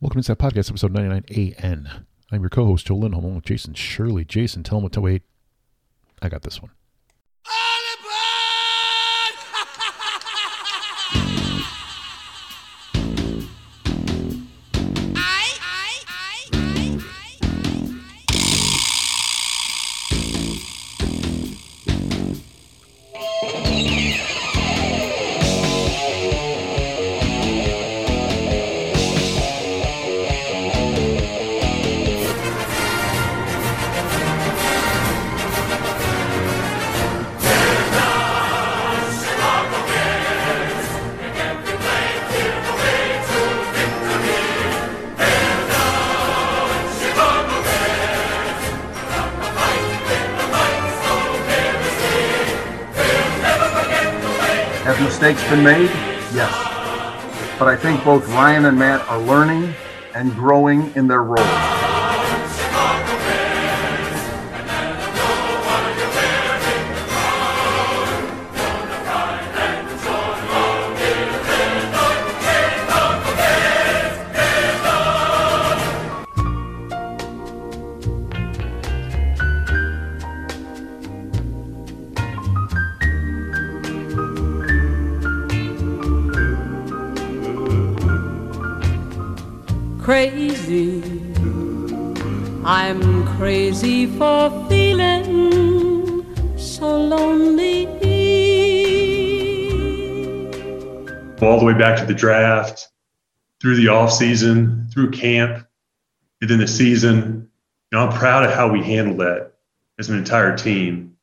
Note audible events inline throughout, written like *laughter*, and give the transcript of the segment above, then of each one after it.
Welcome to that podcast, episode 99AN. I'm your co host, Joe Lindholm, along with Jason Shirley. Jason, tell him what to wait. I got this one. All aboard! I, I, I, I, I. Have mistakes been made? Yes. But I think both Ryan and Matt are learning and growing in their roles. crazy. I'm crazy for feeling so lonely. all the way back to the draft, through the off season, through camp, and then the season. You know, I'm proud of how we handled that as an entire team.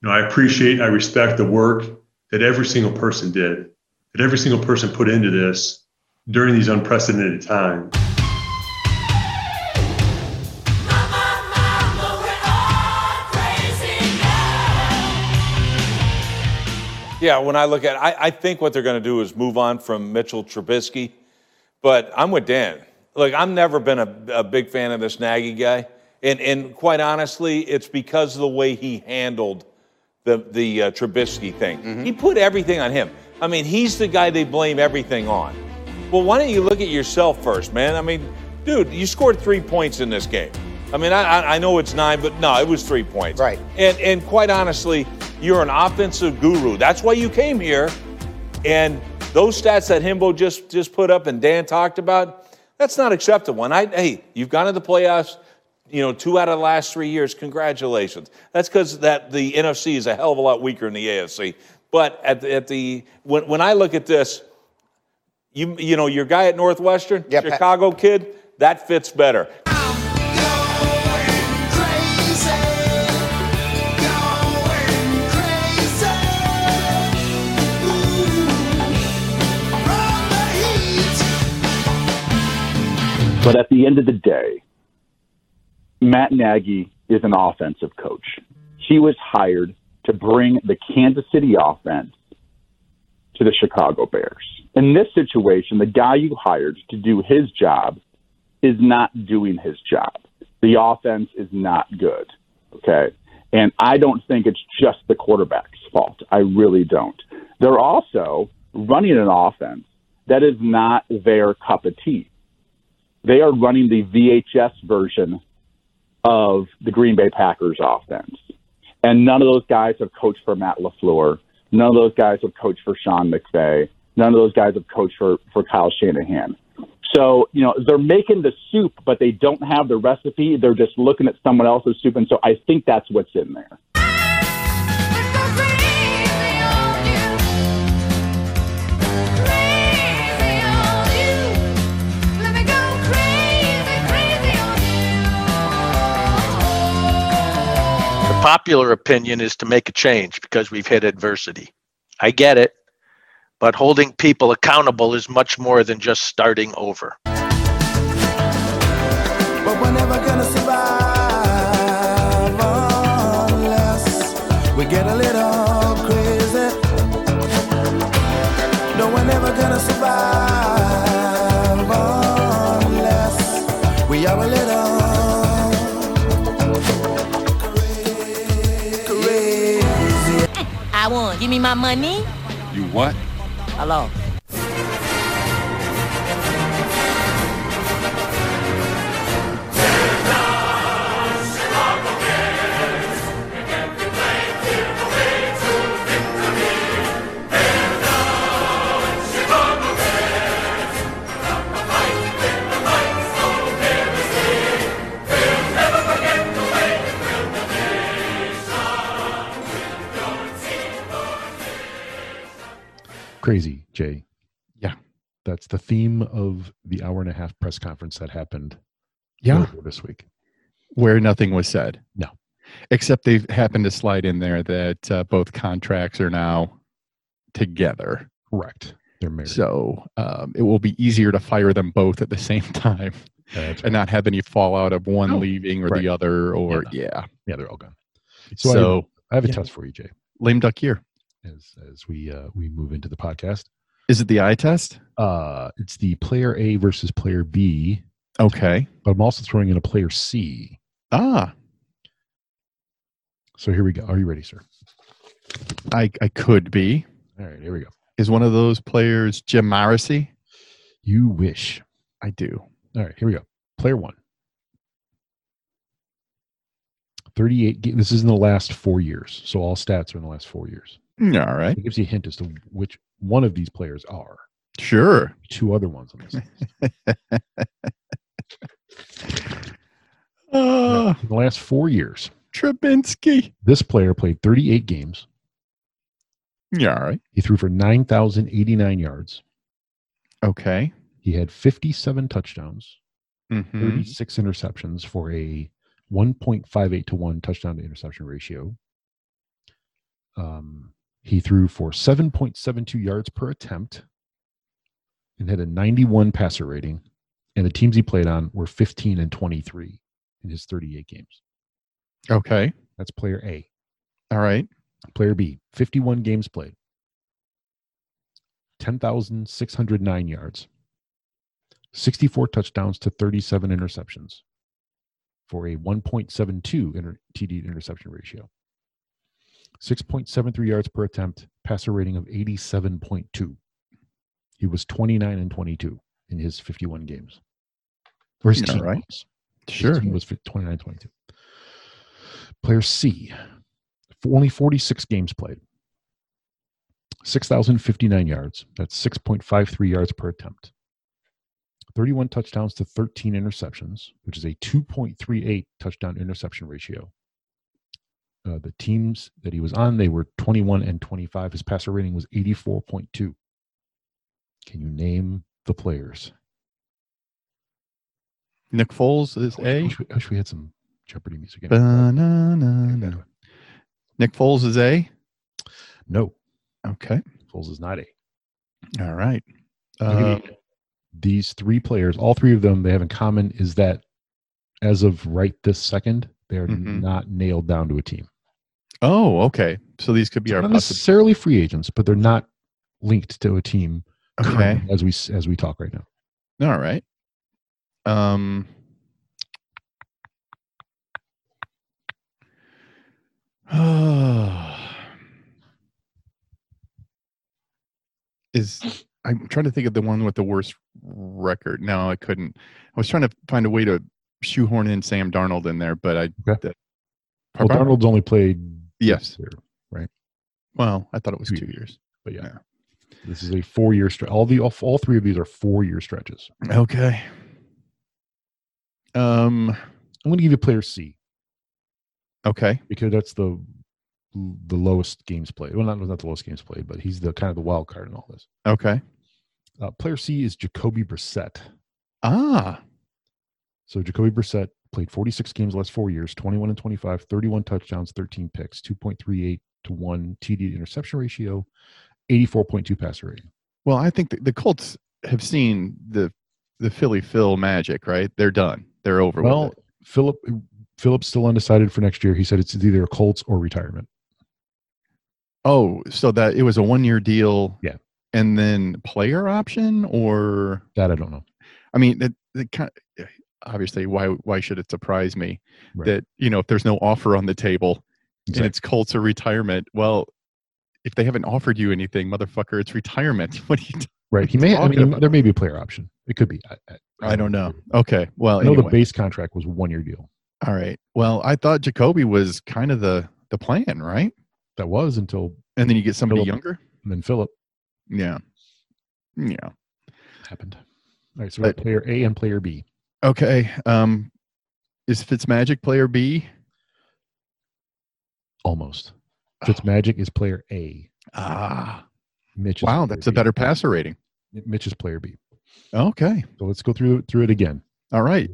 You know, I appreciate, I respect the work that every single person did, that every single person put into this during these unprecedented times. Yeah, when I look at, I, I think what they're going to do is move on from Mitchell Trubisky, but I'm with Dan. Look, I've never been a, a big fan of this Nagy guy, and and quite honestly, it's because of the way he handled the the uh, Trubisky thing. He put everything on him. I mean, he's the guy they blame everything on. Well, why don't you look at yourself first, man? I mean, dude, you scored three points in this game. I mean, I, I- I know it's nine, but no, it was three points. Right. And and quite honestly, you're an offensive guru. That's why you came here. And those stats that Himbo just just put up and Dan talked about, that's not acceptable. And I hey, you've gone to the playoffs, you know, two out of the last three years. Congratulations. That's because that the NFC is a hell of a lot weaker than the AFC. But at the, at the when when I look at this, you you know your guy at Northwestern, Yeah, Pat- Chicago kid, that fits better. I'm going crazy. Going crazy. Ooh. From the heat. But at the end of the day, Matt Nagy is an offensive coach. He was hired to bring the Kansas City offense to the Chicago Bears. In this situation, the guy you hired to do his job is not doing his job. The offense is not good. Okay. And I don't think it's just the quarterback's fault. I really don't. They're also running an offense that is not their cup of tea they are running the VHS version of the Green Bay Packers offense. And none of those guys have coached for Matt LaFleur. None of those guys have coached for Sean McVay. None of those guys have coached for, for Kyle Shanahan. So, you know, they're making the soup, but they don't have the recipe. They're just looking at someone else's soup. And so I think that's what's in there. the popular opinion is to make a change because we've hit adversity. I get it, but holding people accountable is much more than just starting over. But we're never gonna survive unless we get a little crazy. No, we're never gonna survive unless we are a little crazy. I won. Give me my money. You what? Hello. crazy, Jay. Yeah. That's the theme of the hour and a half press conference that happened Yeah. earlier this week. Where nothing was said. No. Except they've happened to slide in there that uh, both contracts are now together. Correct. They're married. So um, it will be easier to fire them both at the same *laughs* time That's and right. not have any fallout of one No. leaving or Oh, Right. the other or, yeah. yeah, they're all gone. So, So, I, I have a yeah. test for you, Jay, lame duck year. as as we uh, we move into the podcast. Is it the eye test? Uh, it's the player A versus player B, Okay. but I'm also throwing in a player C. Ah, So here we go. Are you ready, sir? I, I could be. All right, here we go. Is one of those players Jim Morrissey? You wish. I do. All right, here we go. Player one. 38 ga- this is in the last four years so all stats are in the last four years Mm, All right. it gives you a hint as to which one of these players are Sure. two other ones on this list. Uh, in the last four years Trubinsky. this player played 38 games Yeah, all right. he threw for 9089 yards Okay. he had 57 touchdowns hmm 36 interceptions for a 1.58 to 1 touchdown to interception ratio um, he threw for 7.72 yards per attempt and had a 91 passer rating and the teams he played on were 15 and 23 in his 38 games Okay. that's player a All right. Player B, 51 games played, 10,609 yards, 64 touchdowns to 37 interceptions for a 1.72 inter- TD to interception ratio, 6.73 yards per attempt, passer rating of 87.2. He was 29 and 22 in his 51 games. Or his All team right. was. His Sure. team was 29 22. Player C, f- only 46 games played, 6,059 yards. That's 6.53 yards per attempt. 31 touchdowns to 13 interceptions, which is a 2.38 touchdown interception ratio. Uh, the teams that he was on, they were 21 and 25. His passer rating was 84.2. Can you name the players? Nick Foles is I wish- I A. Uh, wish, we, I wish we had some Jeopardy music. in it. Ba-na-na-na. Nick Foles is A. No, Okay. Foles is not A. All right. Uh, Uh, these three players, all three of them, they have in common is that as of right this second, they're Mhm. not nailed down to a team. oh, okay. So these could be our Not possible. *sighs* necessarily free agents, but they're not linked to a team *clears throat* Okay. currently as we s- as we talk right now. All right. Um, *sighs* is I'm trying to think of the one with the worst record. No, I couldn't. I was trying to find a way to shoehorn in Sam Darnold in there, but I. Okay. that- Well, Donald's only played Yes. this year, Well, I thought it was Two two years. but yeah, Yeah. this is a four year stretch. All the all, all three of these are four year stretches. Okay. Um. I'm going to give you player C Okay. because that's the the lowest games played. Well, not not the lowest games played, but he's the kind of the wild card in all this. Okay. Uh, player C is Jacoby Brissett. Ah. So Jacoby Brissett played 46 games last four years, 21 and 25, 31 touchdowns, 13 picks, 2.38 to 1 TD to interception ratio, 84.2 passer rating. Well, I think the, the Colts have seen the the Philly Phil magic, right? They're done. They're over. Well, with it. Philip Philip's still undecided for next year. He said it's either Colts or retirement. oh, so that it was a one year deal. Yeah. And then player option, or That I don't know. I mean, that, that kind obviously why why should it surprise me Right. that you know if there's no offer on the table and Exactly. it's Colts or retirement, well. If they haven't offered you anything, motherfucker, it's retirement. *laughs* What are you? T- Right. He may. I Talking mean, about- there may be a player option. It could be. I, I don't know. Okay, well, I know the anyway. base contract was one year deal. all right. Well, I thought Jacoby was kind of the the plan, right? That was until And then you get somebody Phillip. younger. and then Philip Yeah. Yeah. happened. All right. So we got But- player A and player B. Okay. Um is Fitzmagic player B? Almost. Fitzmagic is player A. Ah. Mitch. is Wow, player that's a B. better passer rating. Mitch is player B. Okay. So let's go through through it again. All right.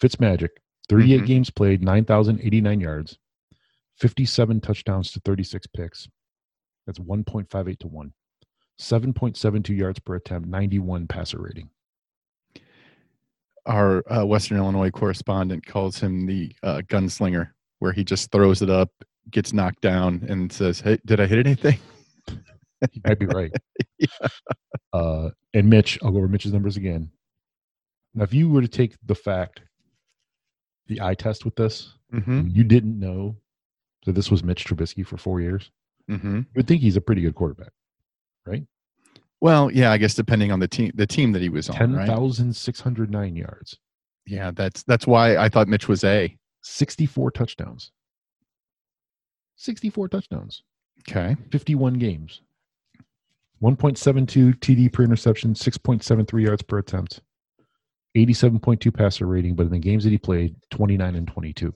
Fitzmagic, 38 Mhm. games played, 9,089 yards, 57 touchdowns to 36 picks. That's 1.58 to 1. 7.72 yards per attempt, 91 passer rating. Our uh, Western Illinois correspondent calls him the uh, gunslinger, where he just throws it up, gets knocked down, and says, "Hey, did I hit anything?" He might be right. uh, and Mitch, I'll go over Mitch's numbers again. Now, if you were to take the fact, the eye test with this, Mm-hmm. you didn't know that this was Mitch Trubisky for four years, Mm-hmm. you would think he's a pretty good quarterback. Well, yeah, I guess depending on the team, the team that he was on, right? 10,609 yards, Yeah, that's that's why I thought Mitch was a. 64 touchdowns. 64 touchdowns, Okay. 51 games. 1.72 TD per interception, 6.73 yards per attempt, 87.2 passer rating, but in the games that he played, 29 and 22. Now,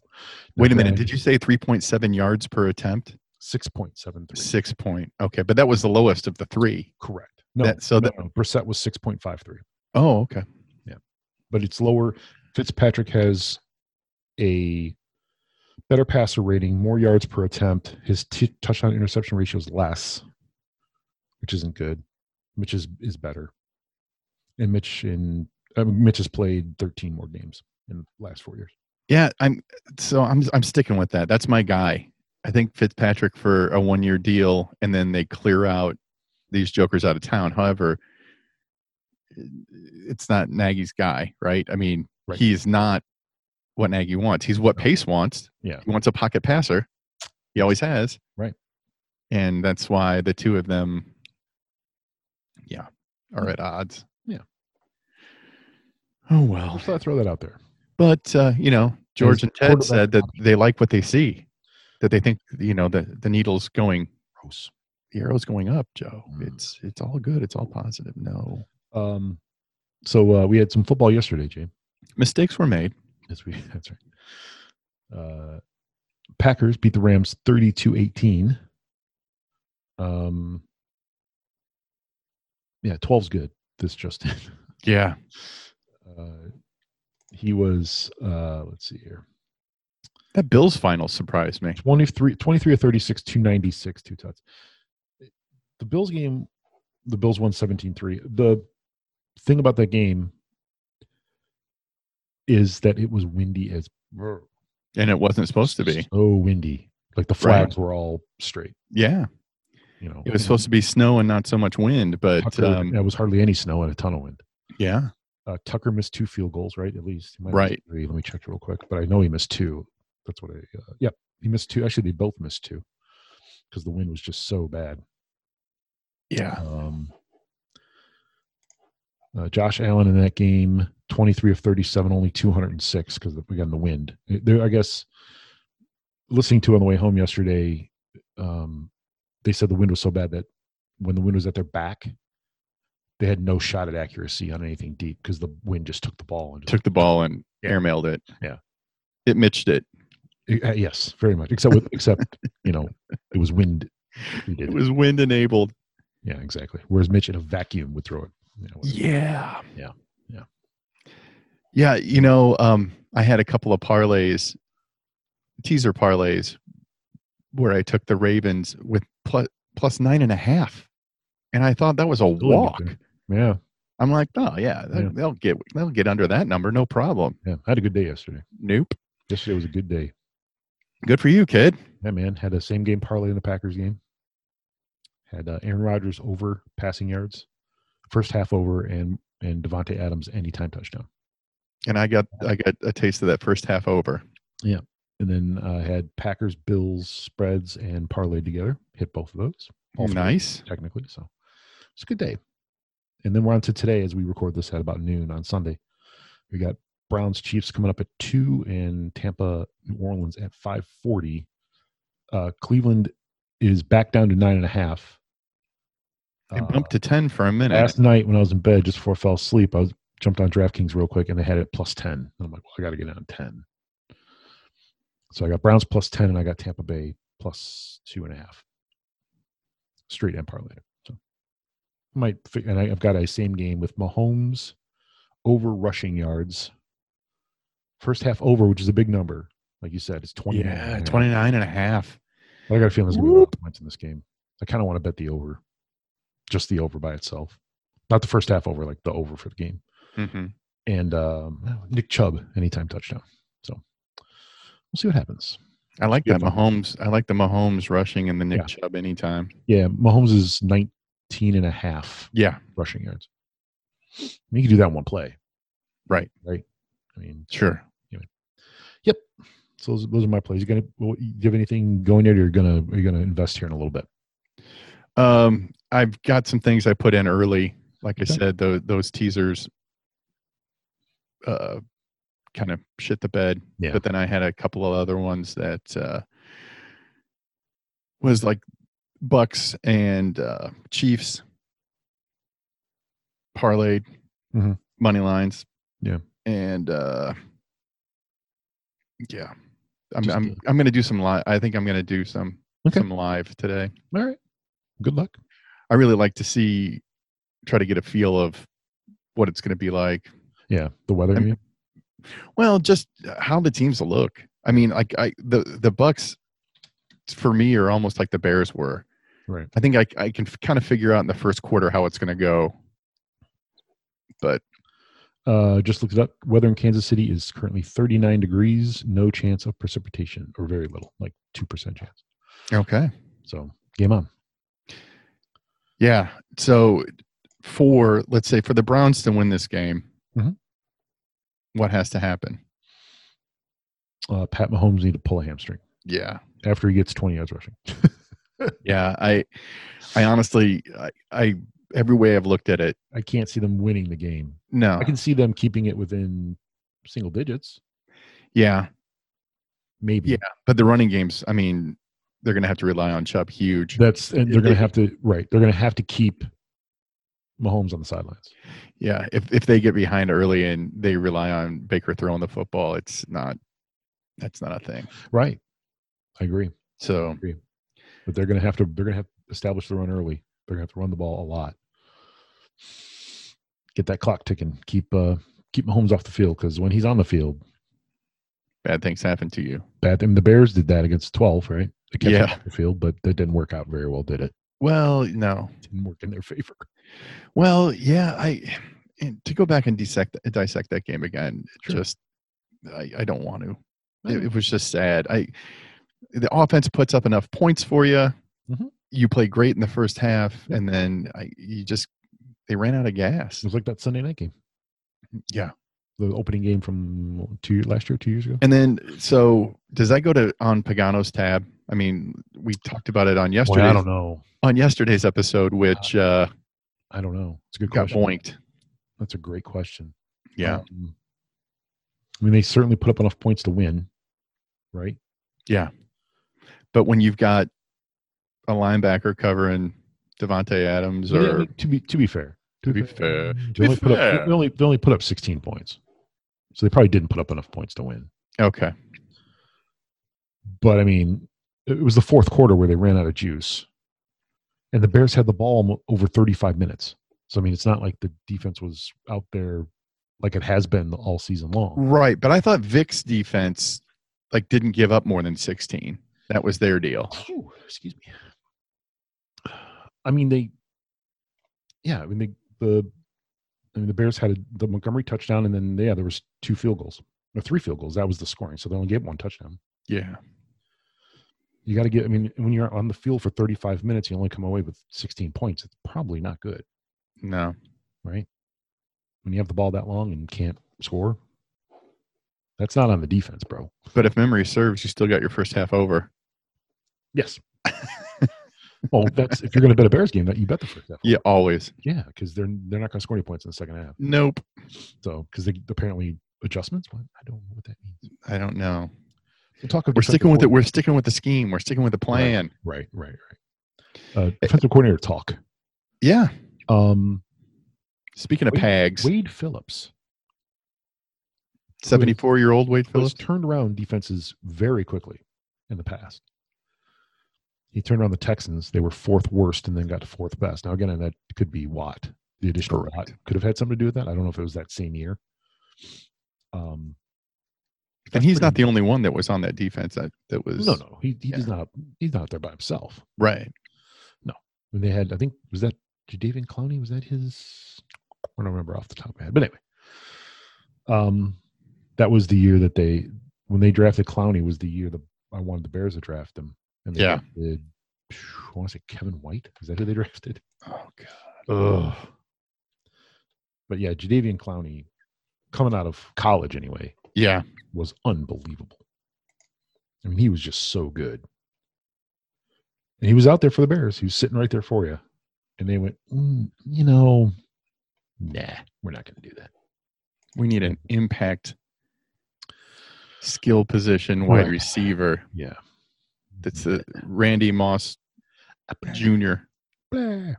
Wait a minute. granted, Did you say 3.7 yards per attempt? 6.73? Six point. Okay, but that was the lowest of the three. Correct. No, That- so no, that- no, Brissett was 6.53, Oh, okay. but it's lower. Fitzpatrick has a better passer rating, more yards per attempt. His t- touchdown interception ratio is less, which isn't good. Mitch is, is better. And Mitch in uh, Mitch has played 13 more games in the last four years. Yeah, I'm so I'm I'm sticking with that. That's my guy. I think Fitzpatrick for a one year deal, and then they clear out these jokers out of town. However, it's not Nagy's guy, right? I mean, Right. he's not what Nagy wants. He's what Pace wants. Yeah. he wants a pocket passer. He always has. Right. and that's why the two of them, yeah, are at odds. Hmm. Yeah. Oh well. So I throw that out there. But uh, you know, George and Ted quarterback said that option. they like what they see, that they think you know the the needle's going, Gross. the arrow's going up, Joe. Mm. It's it's all good. It's all positive. No Um, so uh, we had some football yesterday, Jay. mistakes were made. Yes, we. *laughs* That's right. Uh, Packers beat the Rams 32-18. Um, yeah, 12's good. This just in. Yeah, *laughs* Uh, he was, uh, let's see here, that Bills final surprised me. 23, 23 or 36, 296, two touchdowns. The Bills game, the Bills won 17-3. The thing about that game is that it was windy as And it wasn't supposed to be. so windy. Like the Right. flags were all straight. Yeah, You know, it was supposed to be snow and not so much wind. But Tucker, um, there was hardly any snow and a ton of wind. yeah, Uh, Tucker missed two field goals, right? At least, He might have Right. missed three. Let me check real quick, but I know he missed two. That's what I. Uh, yep, he missed two. Actually, they both missed two because the wind was just so bad. yeah, Um, uh, Josh Allen in that game, twenty-three of thirty-seven, only two hundred and six because again the wind. It- There, I guess. Listening to on the way home yesterday, um, they said the wind was so bad that when the wind was at their back, they had no shot at accuracy on anything deep because the wind just took the ball and just, took the ball and Yeah. airmailed it. Yeah. it mitched it. Uh, yes, very much. Except with except you know it was wind. It was wind enabled. yeah, exactly. Whereas Mitch in a vacuum would throw it. you know, whatever. Yeah. Yeah. Yeah. Yeah. You know, um, I had a couple of parlays, teaser parlays, where I took the Ravens with plus, plus nine and a half. And I thought that was a Still didn't walk. get there. Yeah. I'm like, oh yeah, they'll, Yeah. they'll get they'll get under that number, no problem. Yeah, I had a good day yesterday. Nope. Yesterday was a good day. Good for you, kid. Yeah, man, had a same game parlay in the Packers game. Had uh, Aaron Rodgers over passing yards, first half over, and and Devonte Adams anytime touchdown. And I got I got a taste of that first half over. And then uh, had Packers, Bills, spreads, and parlayed together. Hit both of those. All three, nice. technically. So it's a good day. And then we're on to today as we record this at about noon on Sunday. We got Browns Chiefs coming up at two and Tampa New Orleans at five forty. Uh, Cleveland is back down to nine and a half. It Uh, bumped to ten for a minute. last night when I was in bed just before I fell asleep, I was jumped on DraftKings real quick and they had it plus ten. And I'm like, well, I got to get it on ten. So I got Browns plus ten and I got Tampa Bay plus two and a half. Straight and parlay. So might fi- and I, I've got a same game with Mahomes over rushing yards. First half over, which is a big number, like you said, it's twenty. Yeah, 29 and a half. I got a feeling there's going to be a lot Whoop. of points in this game. I kind of want to bet the over, just the over by itself, not the first half over, like the over for the game. Mm-hmm. And um, Nick Chubb anytime touchdown. So we'll see what happens. I like Yeah, that Mahomes. I like the Mahomes rushing and the Nick Yeah. Chubb anytime. Yeah, Mahomes is 19 and a half Yeah, rushing yards. I mean, you can do that in one play, Right. Right. I mean, sure. so those, those are my plays. You gonna do you have anything going there? You're gonna you're gonna invest here in a little bit. Um, I've got some things I put in early. Like I Okay. said, tho- those teasers uh, kind of shit the bed. Yeah. But then I had a couple of other ones that uh, was like Bucks and uh, Chiefs parlayed Mhm. money lines. Yeah. And uh, yeah, I'm Just I'm, a- I'm gonna do some live. I think I'm gonna do some Okay. some live today. All right. Good luck. I really like to see, try to get a feel of what it's going to be like. Yeah. The weather. I'm- you mean? Well, just uh, how the teams will look. I mean, like I the the Bucks for me are almost like the Bears were. Right. I think I I can kind of figure out in the first quarter how it's going to go. Uh, just looked it up. Weather in Kansas City is currently 39 degrees. No chance of precipitation, or very little, like two percent chance. Okay. So game on. Yeah. So for let's say for the Browns to win this game, Mhm. what has to happen? Uh, Pat Mahomes need to pull a hamstring Yeah. after he gets 20 yards rushing. yeah i i honestly I, I every way i've looked at it I can't see them winning the game. no I can see them keeping it within single digits, yeah maybe. Yeah. but the running games i mean they're gonna have to rely on chubb huge That's and they're going If they- to have to right. They're going to have to keep Mahomes on the sidelines. yeah if, if they get behind early and they rely on baker throwing the football it's not that's not a thing Right. I agree. so But they're going to have to they're going to have to establish the run early. They're going to have to run the ball a lot. Get that clock ticking. Keep uh keep Mahomes off the field cuz when he's on the field, bad things happen to you bad I mean, the Bears did that against 12, right? They kept him Yeah. off the field, but that didn't work out very well, did it? well no Didn't work in their *laughs* favor. well yeah i and to go back and dissect dissect that game again it Sure. just I, I don't want to it, it was just sad. I the offense puts up enough points for you. Mhm. You play great in the first half, and then I, you just they ran out of gas. It was like that Sunday night game, Yeah, the opening game from two last year, two years ago. and then so does that go to on Pagano's tab? I mean, we talked about it on Boy, I yesterday's don't know. on yesterday's episode, which uh, I don't know. It's a good got question. boinked. That's a great question. Yeah, Um, I mean, they certainly put up enough points to win, right? but when you've got a linebacker covering Devonte Adams, Yeah, or to be to be fair, To be fair. they, only put fair. up, they only they only put up sixteen points, so they probably didn't put up enough points to win. okay, But I mean, it was the fourth quarter where they ran out of juice, and the Bears had the ball mo- over thirty-five minutes. So I mean, it's not like the defense was out there like it has been all season long. right? But I thought Vic's defense like didn't give up more than sixteen. That was their deal. Phew, excuse me. I mean, they, yeah, I mean, they, the, I mean, the Bears had a, the Montgomery touchdown, and then yeah, there was two field goals or three field goals. That was the scoring, so they only gave one touchdown. Yeah. You got to get. I mean, when you're on the field for 35 minutes, you only come away with 16 points. It's probably not good, No. right? When you have the ball that long and can't score, that's not on the defense, bro. But if memory serves, you still got your first half over. Yes. well, that's if you're going to bet a Bears game, that you bet the first half. Yeah, always. Yeah, because they're they're not going to score any points in the second half. Nope. So because they apparently adjustments. What I don't know what that means. I don't know. We'll talk of We're defensive sticking with it. coordinator- We're sticking with the scheme. We're sticking with the plan. right, right, right. Uh, defensive coordinator talk. Yeah. Um, Speaking of Wait, Pags, Wade Phillips seventy-four-year-old Wade has Phillips. turned around defenses very quickly in the past. He turned around the Texans. They were fourth worst and then got to fourth best. Now, again, and that could be Watt. The additional Watt could have had something to do with that. I don't know if it was that same year. Um, And that's he's not pretty- the only one that was on that defense that, that was. No, no. He, he yeah. does not, he's not out there by himself. Right. And they had, I think, was that Jadavian Clowney? Was that his? I don't remember off the top of my head. But anyway, um, that was the year that they, when they drafted Clowney, was the year the I wanted the Bears to draft him. And they Yeah. drafted, I want to say Kevin White. Is that who they *laughs* drafted? Oh, God. Ugh. But yeah, Jadavian Clowney, coming out of college anyway, Yeah. was unbelievable. I mean, he was just so good. And he was out there for the Bears. He was sitting right there for you. And they went, "Mm, you know, nah, we're not going to do that. We need an impact skill position wide Right. receiver. Yeah. That's the Randy Moss Jr. Blah.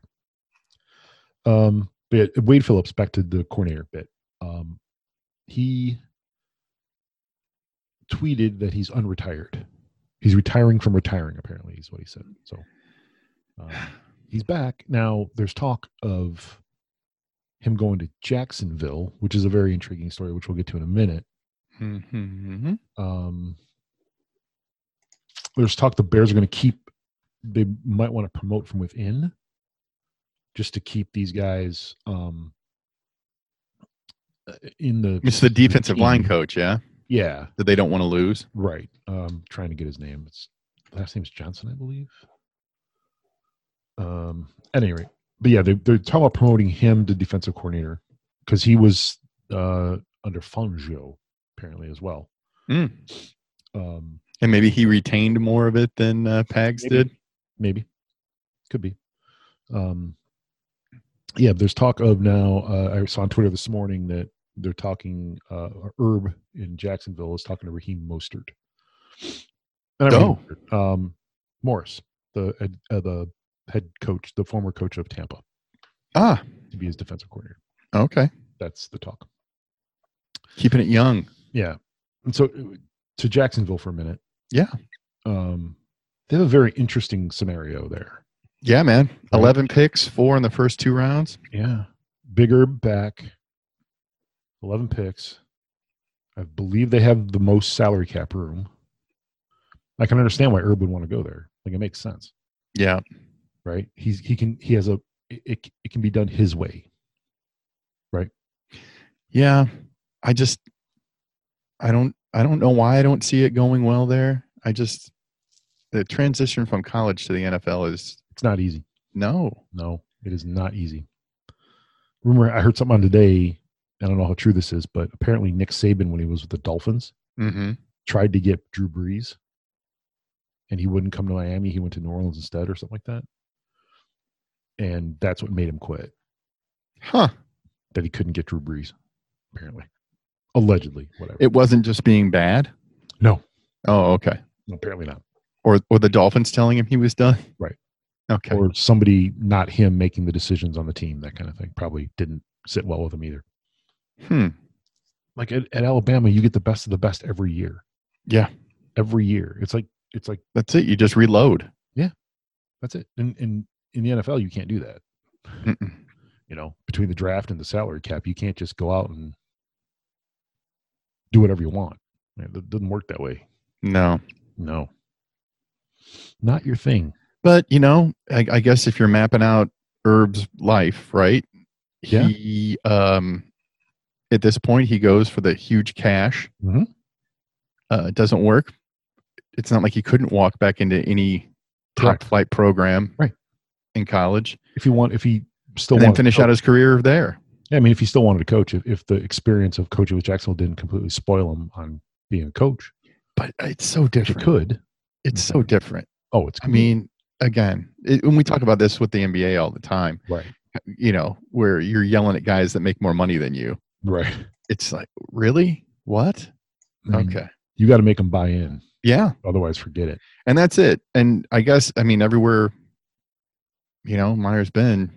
Um, but Wade Phillips, back to the coordinator bit. Um, he tweeted that he's unretired. He's retiring from retiring, apparently, is what he said. So um, he's back. Now, there's talk of him going to Jacksonville, which is a very intriguing story, which we'll get to in a minute. Mm-hmm. Um, there's talk the Bears are going to keep. They might want to promote from within, just to keep these guys um, uh, in the. It's the defensive line team. coach, yeah, Yeah, that they don't want to lose. right. Um, trying to get his name. It's last name is Johnson, I believe. Um, at any rate, but yeah, they, they're talking about promoting him to defensive coordinator because he was uh, under Fangio apparently as well. Mm. Um, And maybe he retained more of it than uh, Pags Maybe. did. maybe could be um yeah there's talk of now uh, i saw on twitter this morning that they're talking uh herb in jacksonville is talking to raheem mostert Not Raheem Oh. Mostert, um morris the ed- uh, the head coach the former coach of tampa Ah, to be his defensive coordinator okay. that's the talk Keeping it young. yeah and so uh, to jacksonville for a minute Yeah. um they have a very interesting scenario there Yeah, man. 11 picks, four in the first two rounds. Yeah. Bigger back, 11 picks. I believe they have the most salary cap room. I can understand why Herb would want to go there. Like it makes sense, Yeah. right? He's he can he has a it- it it can be done his way. Yeah. I just I don't I don't know why I don't see it going well there. I just the transition from college to the NFL is It's not easy. no. No, it is not easy. Rumor I heard something on today. I don't know how true this is, but apparently Nick Saban when he was with the Dolphins Mm-hmm. tried to get Drew Brees, and he wouldn't come to Miami. He went to New Orleans instead, or something like that. And that's what made him quit. Huh. That he couldn't get Drew Brees, apparently, allegedly, whatever. It wasn't just being bad? No. Oh, okay. apparently not. Or or the Dolphins telling him he was done? Right. Okay. Or somebody, not him, making the decisions on the team, that kind of thing. Probably didn't sit well with him either. hmm. Like at, at Alabama, you get the best of the best every year. Yeah. Every year, it's like it's like That's it. You just reload. that's it. And in, in the NFL, you can't do that. Mm-mm. you know, between the draft and the salary cap, you can't just go out and do whatever you want. It do- doesn't work that way. No. No, not your thing. But you know, I, I guess if you're mapping out Herb's life, right? Yeah. He um, at this point he goes for the huge cash. Mhm. Uh, it doesn't work. It's not like he couldn't walk back into any top Correct. flight program, Right. In college, If you want, if he still and then wanted to finish coach- out his career there. Yeah, I mean, if he still wanted to coach, if, if the experience of coaching with Jacksonville didn't completely spoil him on being a coach, But it's so he different. could. It's so different. Oh, it's I mean, again, it, when we talk about this with the NBA all the time, right, you know, where you're yelling at guys that make more money than you. right. It's like, really? What? I mean, Okay. you got to make him buy in, Yeah. otherwise, forget it. And that's it. And I guess, I mean, everywhere, you know, Meyer's been,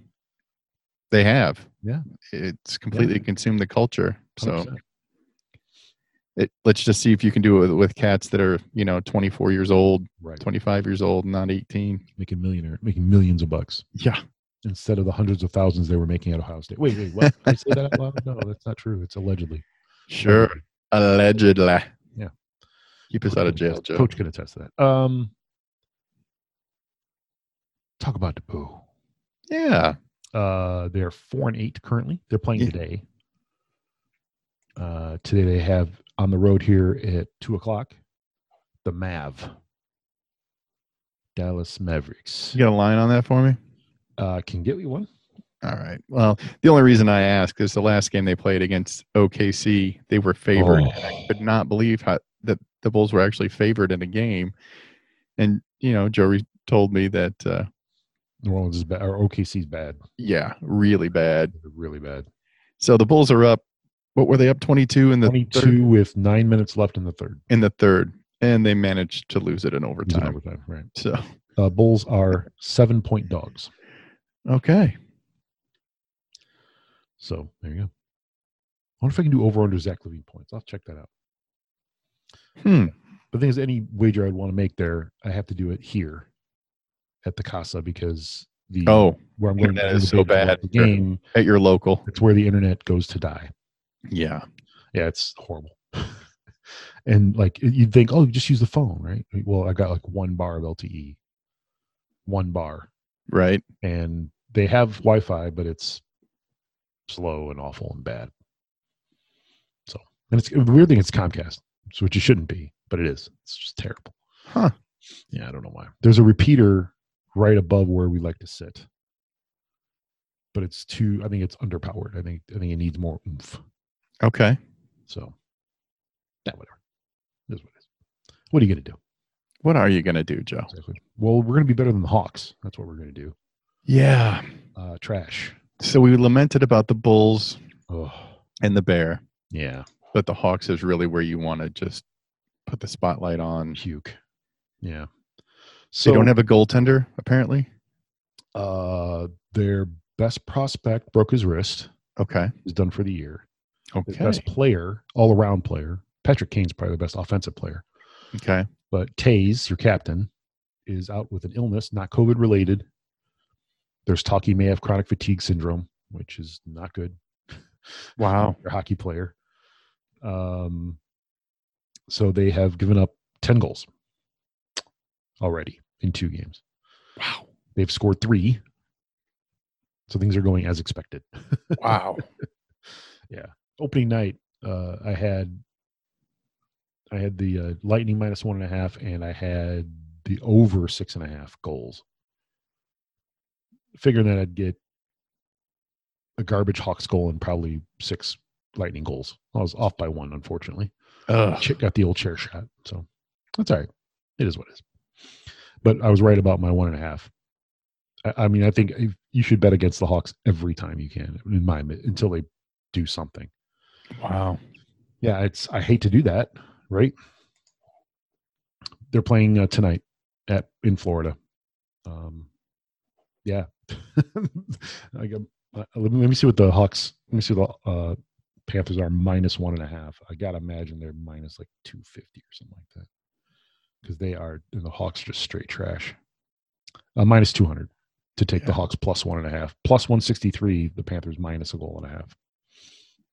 they have. Yeah. It's completely consumed the culture. So 100%. it, let's just see if you can do it with, with cats that are you know 24 years old, Right. 25 years old, not 18. Making millionaire, making millions of bucks Yeah, instead of the hundreds of thousands they were making at Ohio State. Wait, wait, what? Did I say that out loud? No, that's not true. It's allegedly. sure. Allegedly. Yeah. Keep us out of jail, Joe. Coach can attest to that. Um, talk about Debo. Yeah. Uh, they're four and eight currently. They're playing Yeah. today. Uh, today they have on the road here at two o'clock, the Mav, Dallas Mavericks. You got a line on that for me? Uh, can get you one. All right. Well, the only reason I ask is the last game they played against OKC, they were favored. Oh. I could not believe how that the Bulls were actually favored in a game. And you know, Joey told me that uh, New Orleans is bad, or OKC's bad, yeah, really bad. They're really bad. So the Bulls are up. What were they up twenty two in the Twenty-two third, with nine minutes left in the third. in the third, and they managed to lose it in It's in overtime. overtime, right? So Uh, Bulls are seven-point dogs. okay, So there you go. I wonder if I can do over under Zach Levine points. I'll check that out. hmm. But the thing is, any wager I'd want to make there, I have to do it here at the Casa because the Oh, where I'm going internet to is so debate about bad the for- game. at your local. It's where the internet goes to die. Yeah. Yeah, it's horrible. *laughs* and like you'd think, oh, just use the phone, right? Well, I got like one bar of LTE, one bar, Right. and they have Wi-Fi, but it's slow and awful and bad. So, and it's the weird thing. It's Comcast, so which it shouldn't be, but it is. It's just terrible. Huh. Yeah, I don't know why. There's a repeater right above where we like to sit, but it's too. I think it's underpowered. I think I think it needs more oomph. Okay. So, yeah, whatever. It is what it is. What are you going to do? What are you gonna do, Joe? Exactly. Well, we're going to be better than the Hawks. That's what we're going to do. Yeah. Uh, trash. So we lamented about the Bulls Oh, and the Bear. yeah. but the Hawks is really where you want to just put the spotlight on. puke. Yeah. So they don't have a goaltender, apparently. uh, their best prospect broke his wrist. Okay. He's done for the year. Their Okay. best player, all around player, Patrick Kane's probably the best offensive player. Okay. But Tays, your captain, is out with an illness, not COVID related. There's talk he may have chronic fatigue syndrome, which is not good. *laughs* Wow. Your hockey player. Um, so they have given up 10 goals already in two games. Wow. They've scored three. So things are going as expected. *laughs* Wow. Opening night, uh, I had I had the uh, Lightning minus one and a half, and I had the over six and a half goals. Figuring that I'd get a garbage Hawks goal and probably six Lightning goals. I was off by one, unfortunately. Ugh. Ch- got the old chair shot. So that's all right. It is what it is. But I was right about my one and a half. I, I mean, I think if- you should bet against the Hawks every time you can, in my until they do something. Wow. Yeah, it's I hate to do that, right? They're playing uh, tonight at in Florida. Um, yeah, *laughs* I got, uh, let, me, let me see what the Hawks. Let me see what the uh, Panthers are minus one and a half. I gotta imagine they're minus like two fifty or something like that because they are and the Hawks are just straight trash. Uh, minus two hundred to take the Yeah. Hawks plus one and a half, plus one sixty three. The Panthers minus a goal and a half.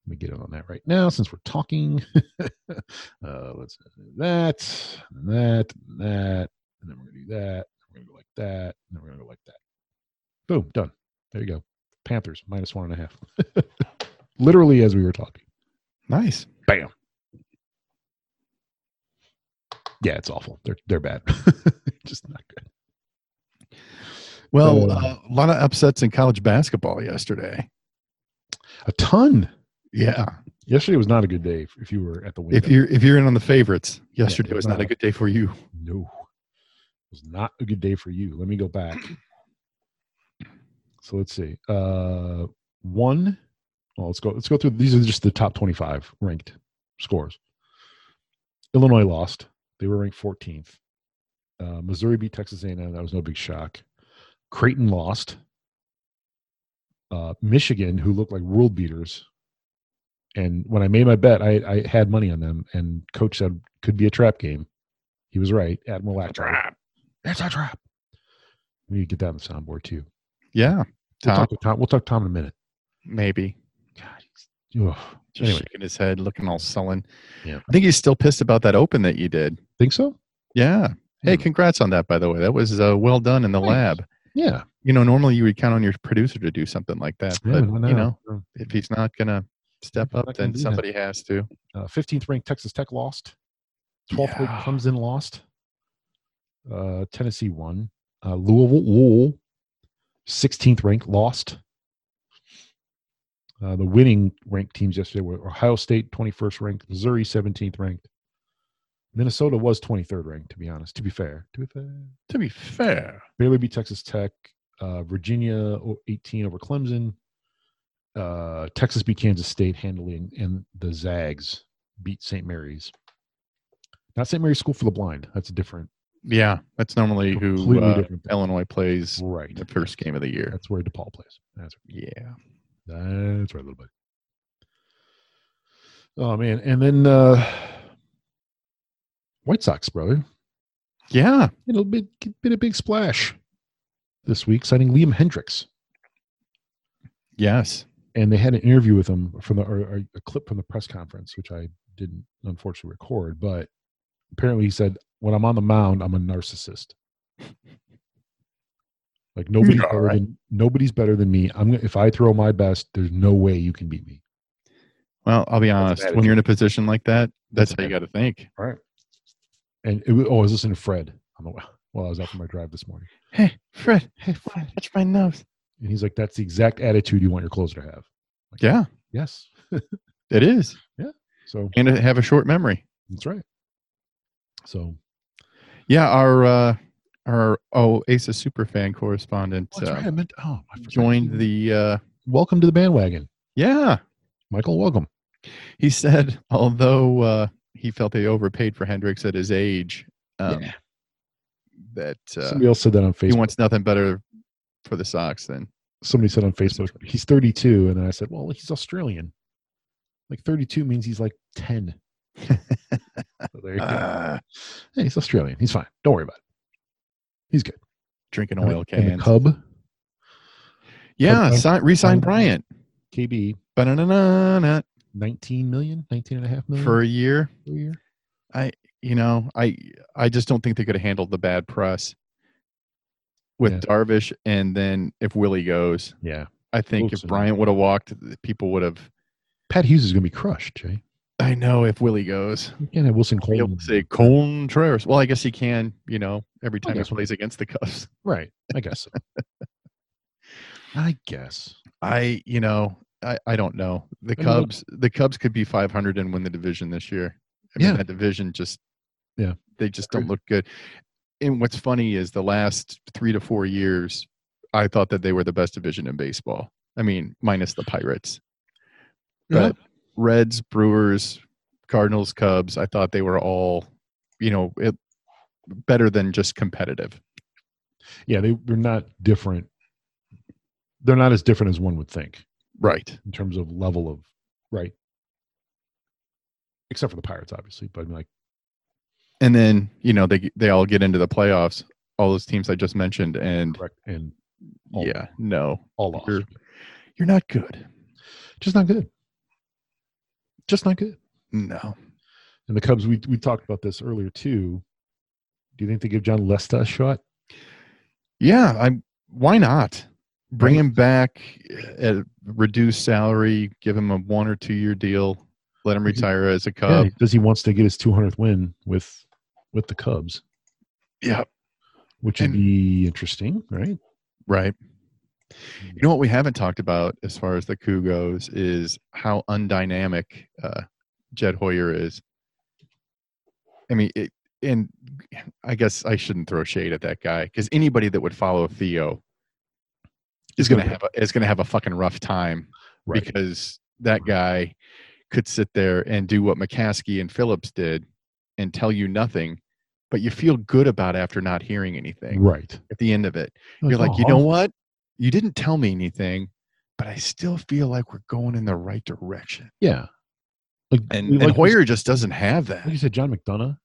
Let me get in on that right now since we're talking. *laughs* uh, let's do that, and that, and that, and then we're gonna do that. We're gonna go like that, and then we're gonna go like that. Boom, done. There you go. Panthers minus one and a half. *laughs* Literally as we were talking. Nice. Bam. Yeah, it's awful. They're they're bad. *laughs* Just not good. Well, So- uh, a lot of upsets in college basketball yesterday. A ton. Yeah. Yesterday was not a good day if- if you were at the window. If you're if you're in on the favorites, yesterday was not no. a good day for you. No. It was not a good day for you. Let me go back. So let's see. Uh one. Well, let's go. Let's go through these are just the top 25 ranked scores. Illinois lost. They were ranked 14th. Uh, Missouri beat Texas A&M. That was no big shock. Creighton lost. Uh, Michigan, who looked like world beaters, And when I made my bet, I, I had money on them. And coach said could be a trap game. He was right. Admiral Lack. It's a trap. We need to get that on the soundboard too. Yeah, We'll Tom, talk, to Tom. We'll talk to Tom in a minute. maybe. God, he's, ugh. Just Anyway. shaking his head, looking all sullen. Yeah. I think he's still pissed about that open that you did. think so? Yeah. Hey, Hmm. congrats on that, by the way. That was uh, well done in the Thanks. lab. Yeah. You know, normally you would count on your producer to do something like that, Yeah, but why you not? know, if he's not gonna step Not up, gonna then do that. somebody has to. Uh, 15th ranked Texas Tech lost. 12th Yeah. ranked Clemson lost. Uh, Tennessee won. Uh, Louisville, Louisville, 16th ranked lost. Uh, the winning ranked teams yesterday were Ohio State 21st ranked, Missouri 17th ranked. Minnesota was 23rd ranked, to be honest. To be fair, to be fair, To be fair, Baylor beat Texas Tech. Uh, Virginia o- 18 over Clemson. Uh, Texas beat Kansas State handily, and, and the Zags beat St. Mary's. Not St. Mary's School for the Blind. That's a different. yeah, that's normally who Completely uh, different thing. Illinois plays Right. the first game of the year. That's where DePaul plays. That's Yeah, that's right, little buddy. Oh man, and then uh, White Sox, brother. yeah, It'll be been a big splash this week, signing Liam Hendricks. yes. and they had an interview with him from the or, or a clip from the press conference, which I didn't unfortunately record. But apparently, he said, "When I'm on the mound, I'm a narcissist. *laughs* Like nobody's all better right. than nobody's better than me. I'm gonna- if I throw my best, there's no way you can beat me. Well, I'll be honest. When you're in a position like that, That's that's, an how you got to think. All right. And it was, oh, I was listening to Fred on the *laughs* while I was out for my drive this morning, Hey, Fred, hey, Fred, touch my nose. and he's like, "That's the exact attitude you want your closer to have." Yeah, Yes. it is, So and to have a short memory. that's right. So Yeah, our uh, our Oasis superfan correspondent oh, that's right. uh, I meant. Oh, I forgot. joined the. Uh, Welcome to the bandwagon. yeah, Michael, welcome. he said *laughs* although uh, he felt they overpaid for Hendricks at his age, um, that uh, Somebody else said that on he Facebook. wants nothing better for the Sox than Somebody said on Facebook, he's 32. And then I said, well, he's Australian. Like 32 means he's like 10. *laughs* So there you go. uh, Hey, he's Australian. He's fine. Don't worry about it. He's good. drinking And oil the- and the cans. Cub, Yeah, Cub- sign, resign Cub- Bryant KB, Ba-na-na-na-na. 19 million, 19 and a half million for a year. per year. You know, I I just don't think they could have handled the bad press with Yeah. Darvish, and then if Willie goes, Yeah. I think Wilson. if Bryant would have walked, the people would have. Pat Hughes is going to be crushed, Jay. I know if Willie goes, You can't have Wilson be able Coleman. to say Contreras. Well, I guess he can. You know, every time he guess. plays against the Cubs, *laughs* Right. I guess so. I guess. I you know I I don't know the I know. Cubs. The Cubs could be 500 and win the division this year. I Yeah. mean, that division just Yeah. they just Agreed. don't look good. And what's funny is the last three to four years, I thought that they were the best division in baseball. I mean, minus the Pirates, Yeah. but Reds, Brewers, Cardinals, Cubs. I thought they were all, you know, it, better than just competitive. Yeah. They, they're not different. They're not as different as one would think. Right. in terms of level of right except for the pirates obviously but I mean, like And then you know they they all get into the playoffs. All those teams I just mentioned, and correct and all, yeah, no, all lost You're- you're not good. just not good just not good No. and the cubs we we talked about this earlier too do you think they give john lesta a shot Yeah, I'm. Why not bring him back at a reduced salary? Give him a one or two year deal. Let him You could- retire as a Yeah, Cub. does he wants to get his 200th win with with the cubs Yeah. which would And- be interesting right Right. You Mm. know what we haven't talked about as far as the coup goes is how undynamic uh, Jed Hoyer is. I mean, it, and I guess I shouldn't throw shade at that guy because anybody that would follow Theo is going to gonna- have a, is going to have a fucking rough time right because that guy could sit there and do what McCaskey and Phillips did and tell you nothing, but you feel good about after not hearing anything right uh-huh. at the end of it. You're like, you know what? You didn't tell me anything, but I still feel like we're going in the right direction. yeah Like, And, we and like we- Hoyer just doesn't have that. like you said, John McDonough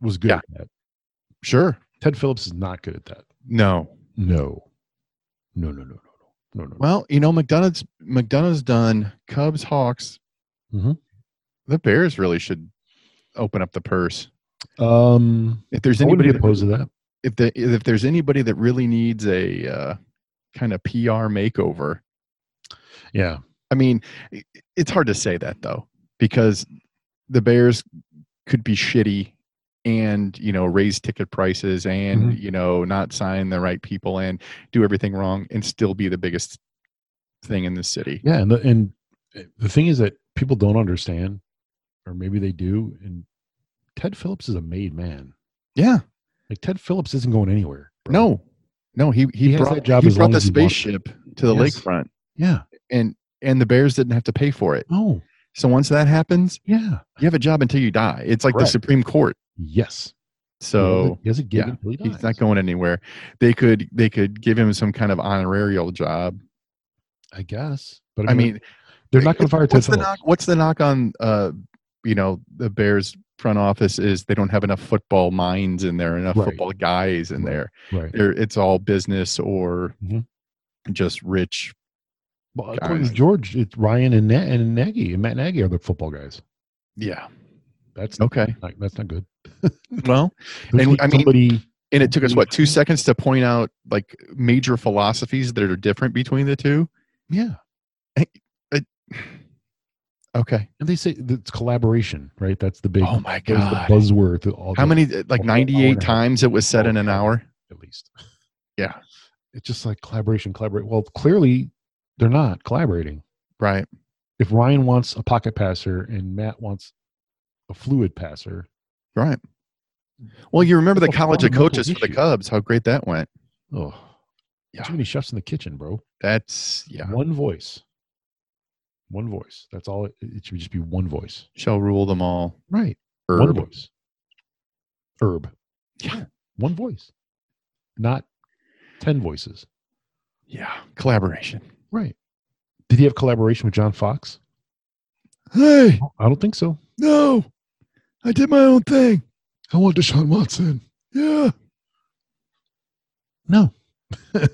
was good Yeah. at that. Sure. Ted Phillips is not good at that. No. No, no, no, no, no, no, no, no. Well, you know, McDonough's McDonough's done Cubs, Hawks. Mhm. The Bears really should open up the purse. Well, um, If there's I wouldn't anybody be that, opposed to that. if the, if there's anybody that really needs a uh, kind of PR makeover, Yeah, I mean, i- it's hard to say that though because the Bears could be shitty and you know raise ticket prices and Mm-hmm. you know not sign the right people and do everything wrong and still be the biggest thing in the city. yeah, and the, and the thing is that people don't understand, or maybe they do. And Ted Phillips is a made man. Yeah. Like Ted Phillips isn't going anywhere. bro. No, no, he he, He has brought, that job he as brought long the as he wants it. spaceship to the Yes. lakefront, Yeah. and and the Bears didn't have to pay for it. Oh, So once that happens, yeah. you have a job until you die. It's like Correct. Mm-hmm. the Supreme Court. Yes. So he has a, he has a gig yeah, until he he's dies. not going anywhere. They could they could give him some kind of honorarial job. I guess. But I mean, they're not going to fire Ted what's the Phillips. knock? What's the knock on uh you know the Bears front office is they don't have enough football minds in there, enough Right. football guys in Right. there. right. They're, it's all business or Mhm. just rich Well, according guys. to George, it's Ryan and, Na- and Nagy and Matt Nagy are the football guys. Yeah. That's Okay. not, that's not good. Well, There's And, like I mean- somebody, and it took us what two seconds to point out like major philosophies that are different between the two. *sighs* yeah. Okay. And they say that it's collaboration, right? That's the big Oh my that was god. the buzzword. that All How the- many? uh, Like an hour and a ninety-eight half. times it was said in an hour. At least. Yeah. It's just like collaboration, collaborate. Well, clearly they're not collaborating. Right. If Ryan wants a pocket passer and Matt wants a fluid passer, Right. Well, you remember the It's Mm-hmm. a college of fundamental coaches for the issue. Cubs? How great that went. oh, Yeah. too many chefs in the kitchen, bro. That's yeah. One voice. One voice. That's all. It, it should just be one voice. Shall rule them all. Right. One Herb. voice. Herb. Yeah. One voice. Not 10 voices. Yeah. Collaboration. Right. Did he have collaboration with John Fox? Hey, I don't think so. no, I did my own thing. I want Deshaun Watson. Yeah. No. *laughs*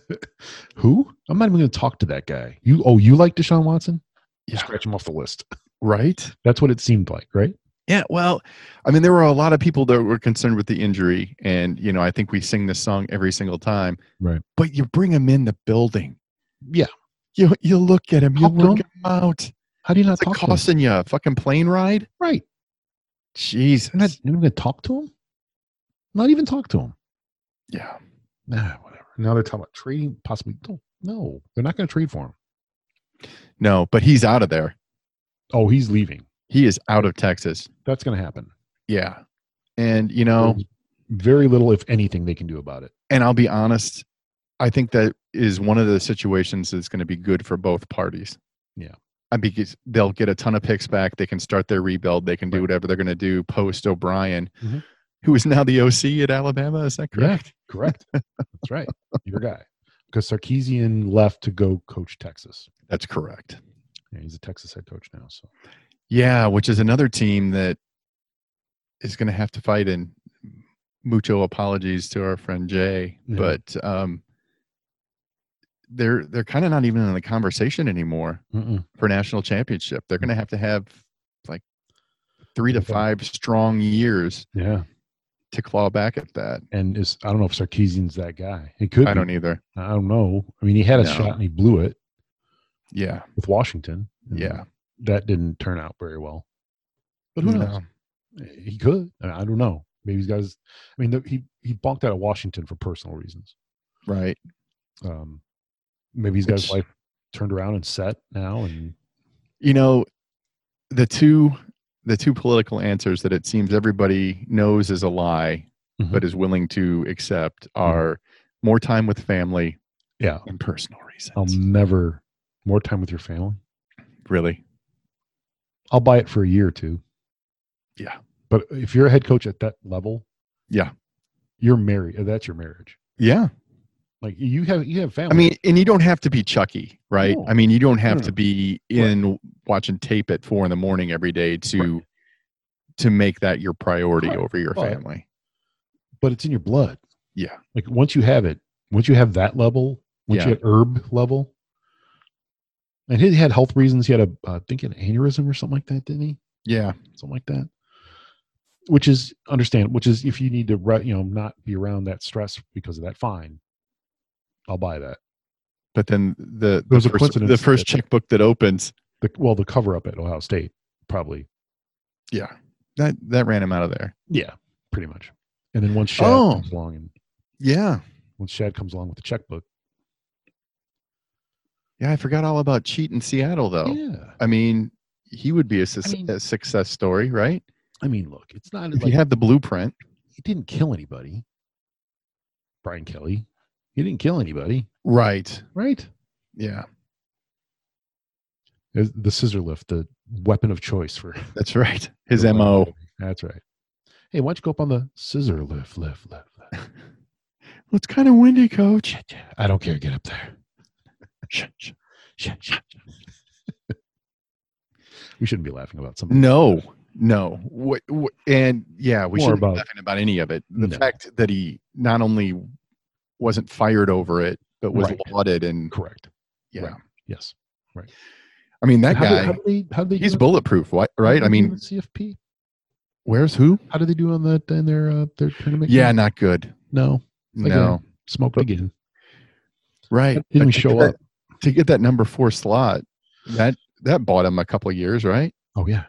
Who? I'm not even going to talk to that guy. You? Oh, you like Deshaun Watson? Yeah. Scratch him off the list. Right. That's what it seemed like, right? Yeah, well, I mean, there were a lot of people that were concerned with the injury, and you know, I think we sing this song every single time. Right. But you bring him in the building. Yeah. You you look at him. You Talk to him. work him out. How do you not It's talk like to him? costing you a fucking plane ride. Right. Jesus. I'm not even going to talk to him. Not even talk to him. yeah. Nah, whatever. Now they're talking about trading, possibly. Don't, no, they're not going to trade for him. No, but he's out of there. Oh, he's leaving. He is out of Texas. That's going to happen. Yeah. And you know, There's very little, if anything, they can do about it. and I'll be honest, I think that is one of the situations that's going to be good for both parties. Yeah. And because they'll get a ton of picks back, they can start their rebuild, they can do Right. whatever they're going to do post O'Brien, Mhm. who is now the OC at Alabama. Is that correct? Correct. That's right. Your guy. Because Sarkeesian left to go coach Texas. That's correct. Yeah, he's a Texas head coach now. So Yeah, which is another team that is going to have to fight. And mucho apologies to our friend Jay, Yeah. but um, they're they're kind of not even in the conversation anymore. for national championship. They're going to have to have like three to Okay. five strong years yeah. to claw back at that. And is I don't know if Sarkeesian's that guy. He could. I be. don't either. I don't know. I mean, he had a No. shot and he blew it Yeah, with Washington. and yeah. That didn't turn out very well. But who No. knows? He could. I I don't know. Maybe he's got his. I mean, the, he he bonked out of Washington for personal reasons. Right. Um, maybe he's got his Which- life turned around and set now. And You know, the two the two political answers that it seems everybody knows is a lie, Mm-hmm. but is willing to accept are more time with family yeah, and personal reasons. I'll never more time with your family. really? I'll buy it for a year or two. Yeah. But if you're a head coach at that level, Yeah. you're married. That's your marriage. Yeah. Like you have you have family. I mean, and you don't have to be Chucky, right? No. I mean, you don't have no, to be in watching tape at four in the morning every day to to make that your priority Right, over your but- family. but it's in your blood. Yeah. Like once you have it, once you have that level, once Yeah. you have herb level. And he had health reasons. He had a, uh, I think, an aneurysm or something like that, didn't he? Yeah, Something like that. Which is understand. Which is if you need to, re- you know, not be around that stress because of that, fine. I'll buy that. but then the the was a first, the coincidence first that- checkbook that opens, The, well, the cover up at Ohio State probably. yeah, that that ran him out of there. Yeah, pretty much. And then once Shad Oh. comes along, and Yeah, once Shad comes along with the checkbook, yeah, I forgot all about cheat in Seattle though. yeah. I mean, he would be a, sus- mean- a success story, right? I mean, look, it's not If like you have the blueprint, he didn't kill anybody. Brian Kelly. He didn't kill anybody, right? right? Yeah, There's The scissor lift, the weapon of choice for that's right. His for Brian mo. Kelly. That's right. Hey, why don't you go up on the scissor lift, lift, lift, lift? Well, it's kind of windy, Coach. I don't care. Get up *laughs* there. Shh, shh. Shh, shh, shh. *laughs* we shouldn't be laughing about something. No, no. What, what, and yeah, we More shouldn't about- be laughing about any of it. The No. fact that he not only wasn't fired over it, but was Right. lauded and Correct. yeah. Right. Yes. I mean, that how guy, Do, how do they, how do they he's do bulletproof, whi- it? How right? do I they do mean, it in the CFP. where's who? How do they do on that in their uh, their tournament? Yeah, game? not good. no, Again. No, smoked again. right. Didn't even But to show get up. that- to get that number four slot. That that bought him a couple of years, right? Oh yeah,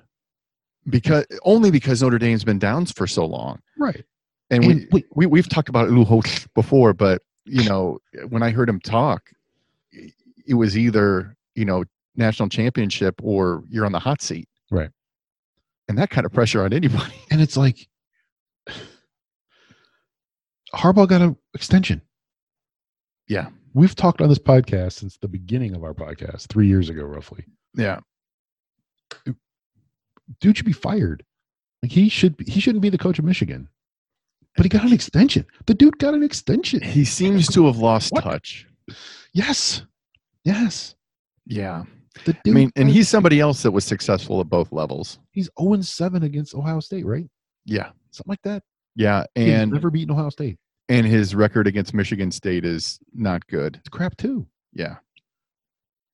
Because only because Notre Dame's been downs for so long. right. and, And we, wait- we we've talked about Luho before, but you know when I heard him talk, i- it was either you know national championship or you're on the hot seat, Right. And that kind of pressure on anybody, *laughs* And it's like *sighs* Harbaugh got an extension. Yeah. We've talked on this podcast since the beginning of our podcast, three years ago, roughly. yeah, Dude should be fired. Like he should he shouldn't be the coach of Michigan. But he got an extension. The dude got an extension. he seems to have lost What? touch. Yes. Yes. Yeah, The I dude mean, and got- he's somebody else that was successful at both levels. he's 0 7 against Ohio State, right? Yeah, Something like that. yeah, He's and never beaten Ohio State. and his record against Michigan State is not good. It's crap too. Yeah,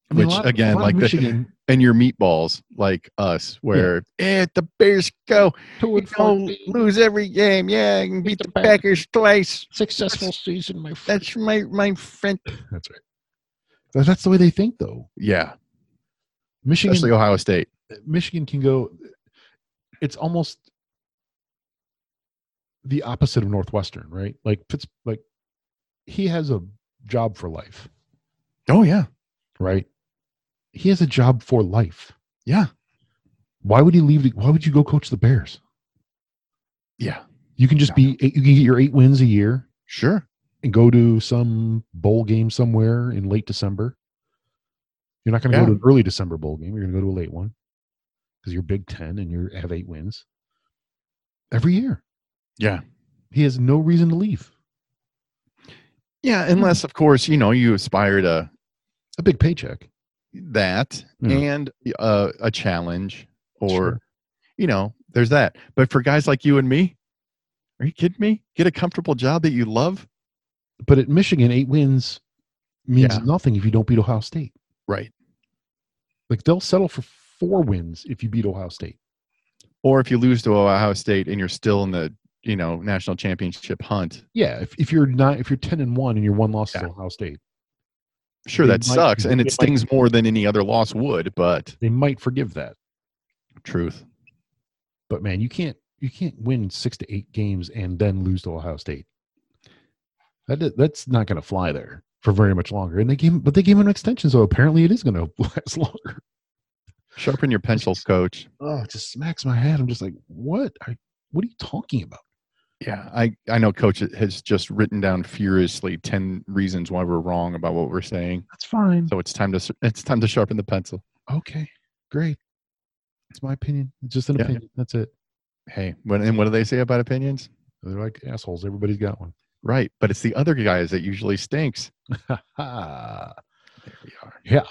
I mean, a Which, lot- a again, lot of like the- Michigan and your meatballs like us, where eh, the Bears go. two We and 14, don't lose every game. Yeah, I can beat the Packers. Packers twice. successful season, my friend. That's my my friend. That's right. That- That's the way they think, though. Yeah, Michigan, especially Ohio State. Michigan can go. It's almost the opposite of Northwestern, right? Like Fitz, like he has a job for life, Oh yeah, right? He has a job for life. yeah, Why would he leave? to- Why would you go coach the Bears? yeah. You can just be. eight- You can get your eight wins a year Sure. and go to some bowl game somewhere in late December. You're not going to Yeah. go to an early December bowl game. You're going to go to a late one because you're Big Ten and you have eight wins every year. Yeah, He has no reason to leave. yeah. Unless of course you know you aspire to A big paycheck, that Yeah. and uh, a challenge, or Sure. you know, there's that. But for guys like you and me, are you kidding me? Get a comfortable job that you love. but at Michigan, eight wins means Yeah. nothing if you don't beat Ohio State. Right. Like they'll settle for four wins if you beat Ohio State. Or if you lose to Ohio State and you're still in the you know national championship hunt, Yeah, if, if you're not if you're ten and one and your one loss Yeah. is Ohio State, sure It that might- sucks and it it might- stings more than any other loss would but they might forgive that. truth but man, you can't you can't win six to eight games and then lose to Ohio State. That is, that's not going to fly there for very much longer. And they gave but they gave him an extension, so apparently it is going to *laughs* last longer. sharpen your pencils coach Oh, it just smacks my head. I'm just like, what? Are, what are you talking about? yeah i i know coach has just written down furiously 10 reasons why we're wrong about what we're saying That's fine. so it's time to s- it's time to sharpen the pencil Okay, great. It's my opinion. It's just an Yeah. opinion. That's it. hey what, and what do they say about opinions They're like assholes. Everybody's got one. Right. But it's the other guys that usually stinks. Ah, There we are. yeah.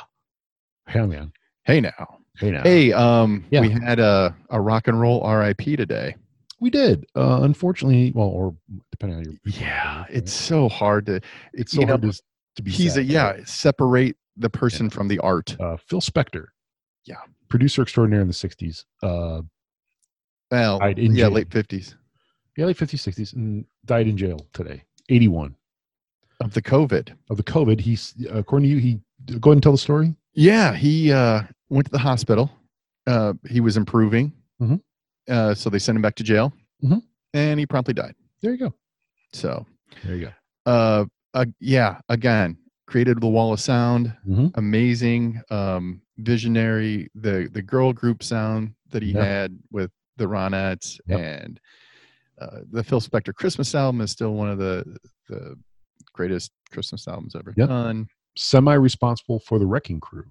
Hell, man. Hey now. Hey, now. Hey, um, Yeah. we had a, a rock and roll RIP today. We did. Uh, unfortunately, well, or depending on your. Yeah, Right? it's so hard to It's you so hard know, to, to be. he's a sad. yeah, separate the person from the art. Uh, Phil Spector. Yeah. Producer extraordinaire in the 60s. Uh, Well, I'd in yeah, jail. late 50s yeah, like 50s, 60s, and died in jail today, 81. of the COVID. Of the COVID, he's, according to you, he, go ahead and tell the story. Yeah, he uh, went to the hospital. Uh, he was improving. Mhm. Uh, so they sent him back to jail Mhm. and he promptly died. There you go. So, There you go. uh, uh, yeah, again, created the wall of sound. Mhm. Amazing, um, visionary. The the girl group sound that he Yeah. had with the Ronettes Yep. and uh, the Phil Spector Christmas album is still one of the the greatest Christmas albums ever Yep. done. Semi responsible for the wrecking crew.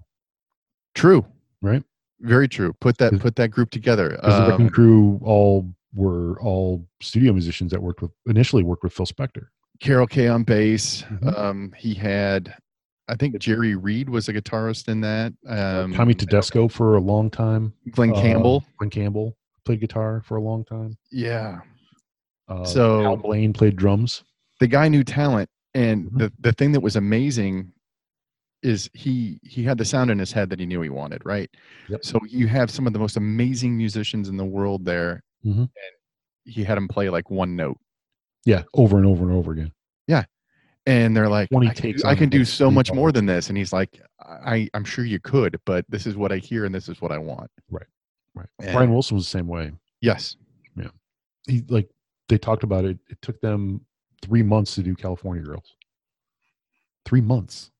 True, Right. Very true. Put that Is- put that group together. Because the wrecking Um, crew all were all studio musicians that worked with, initially worked with Phil Spector. Carol Kay on bass. Mhm. Um, he had, I think Jerry Reed was a guitarist in that. Um, Uh, Tommy Tedesco for a long time. Glenn Uh, Campbell. Glenn Campbell played guitar for a long time. Yeah, Uh, So- Al Blaine played drums. the guy knew talent, and Mhm. the the thing that was amazing is he he had the sound in his head that he knew he wanted. Right. Yep. So you have some of the most amazing musicians in the world there, Mhm. and he had him play like one note. Yeah, over and over and over again. and they're like, 20 I can, takes do, I on can do those so three much more buttons. than this. And he's like, I, I'm sure you could, but this is what I hear and this is what I want. Right. Yeah. Brian Wilson was the same way. Yes. He like they talked about it. It took them three months to do California Girls. Three months.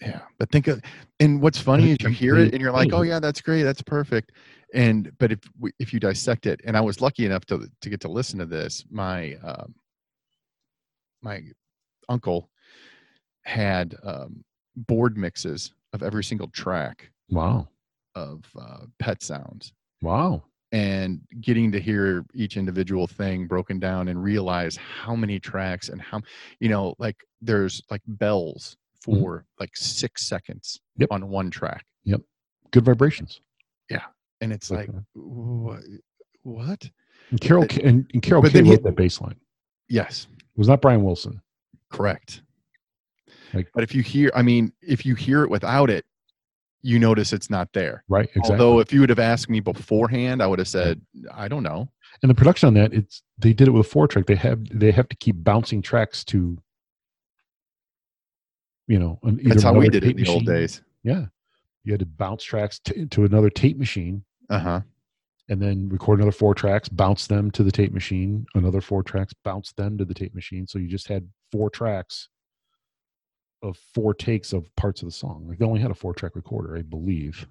Yeah. But think of, and what's funny is Like you hear it complete and you're like, oh failure. yeah, that's great. That's perfect. And, but if, we- if you dissect it, and I was lucky enough to, to get to listen to this, my, um, my uncle had, um, board mixes of every single track Wow. of, uh, pet sounds. Wow. and getting to hear each individual thing broken down and realize how many tracks and how you know like there's like bells for like six seconds Mm-hmm. Yep. on one track Good vibrations. and it's like wha- what And Carol But- K- and, and Carol but Kay then he- wrote that bass line. yes It was not Brian Wilson. correct Like- but if you hear i mean if you hear it without it you notice it's not there Right. Exactly. although if you would have asked me beforehand i would have said i don't know and the production on that, it's they did it with a four track. They have they have to keep bouncing tracks to you know, an, either that's how we another did it in tape the old machine- days Yeah. You had to bounce tracks t- to another tape machine uh-huh and then record another four tracks, bounce them to the tape machine, another four tracks, bounce them to the tape machine. So you just had four tracks of four takes of parts of the song. Like they only had a four track recorder, I believe.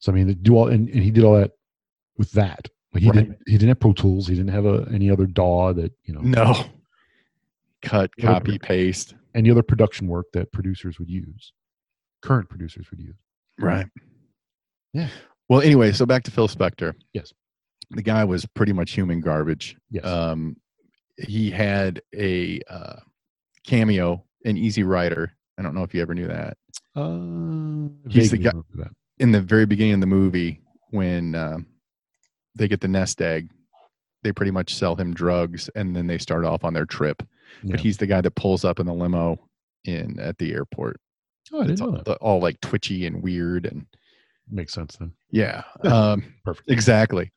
So I mean, they do all and, and he did all that with that. Like he Right. didn't he didn't have Pro Tools. He didn't have a, any other DAW that you know no cut Yeah, but- copy paste any other production work that producers would use, current producers would use. Right. Yeah. Well, anyway, so back to Phil Spector. Yes. The guy was pretty much human garbage. Yes, Um, he had a uh, cameo in Easy Rider. I don't know if you ever knew that. uh, he's vaguely the guy- remember that. In the very beginning of the movie, when um they get the nest egg, they pretty much sell him drugs and then they start off on their trip. Yeah. But he's the guy that pulls up in the limo in at the airport. Oh, I didn't It's know all, that. all like twitchy and weird and Makes sense then. *laughs* Yeah. Um, Perfect. Exactly.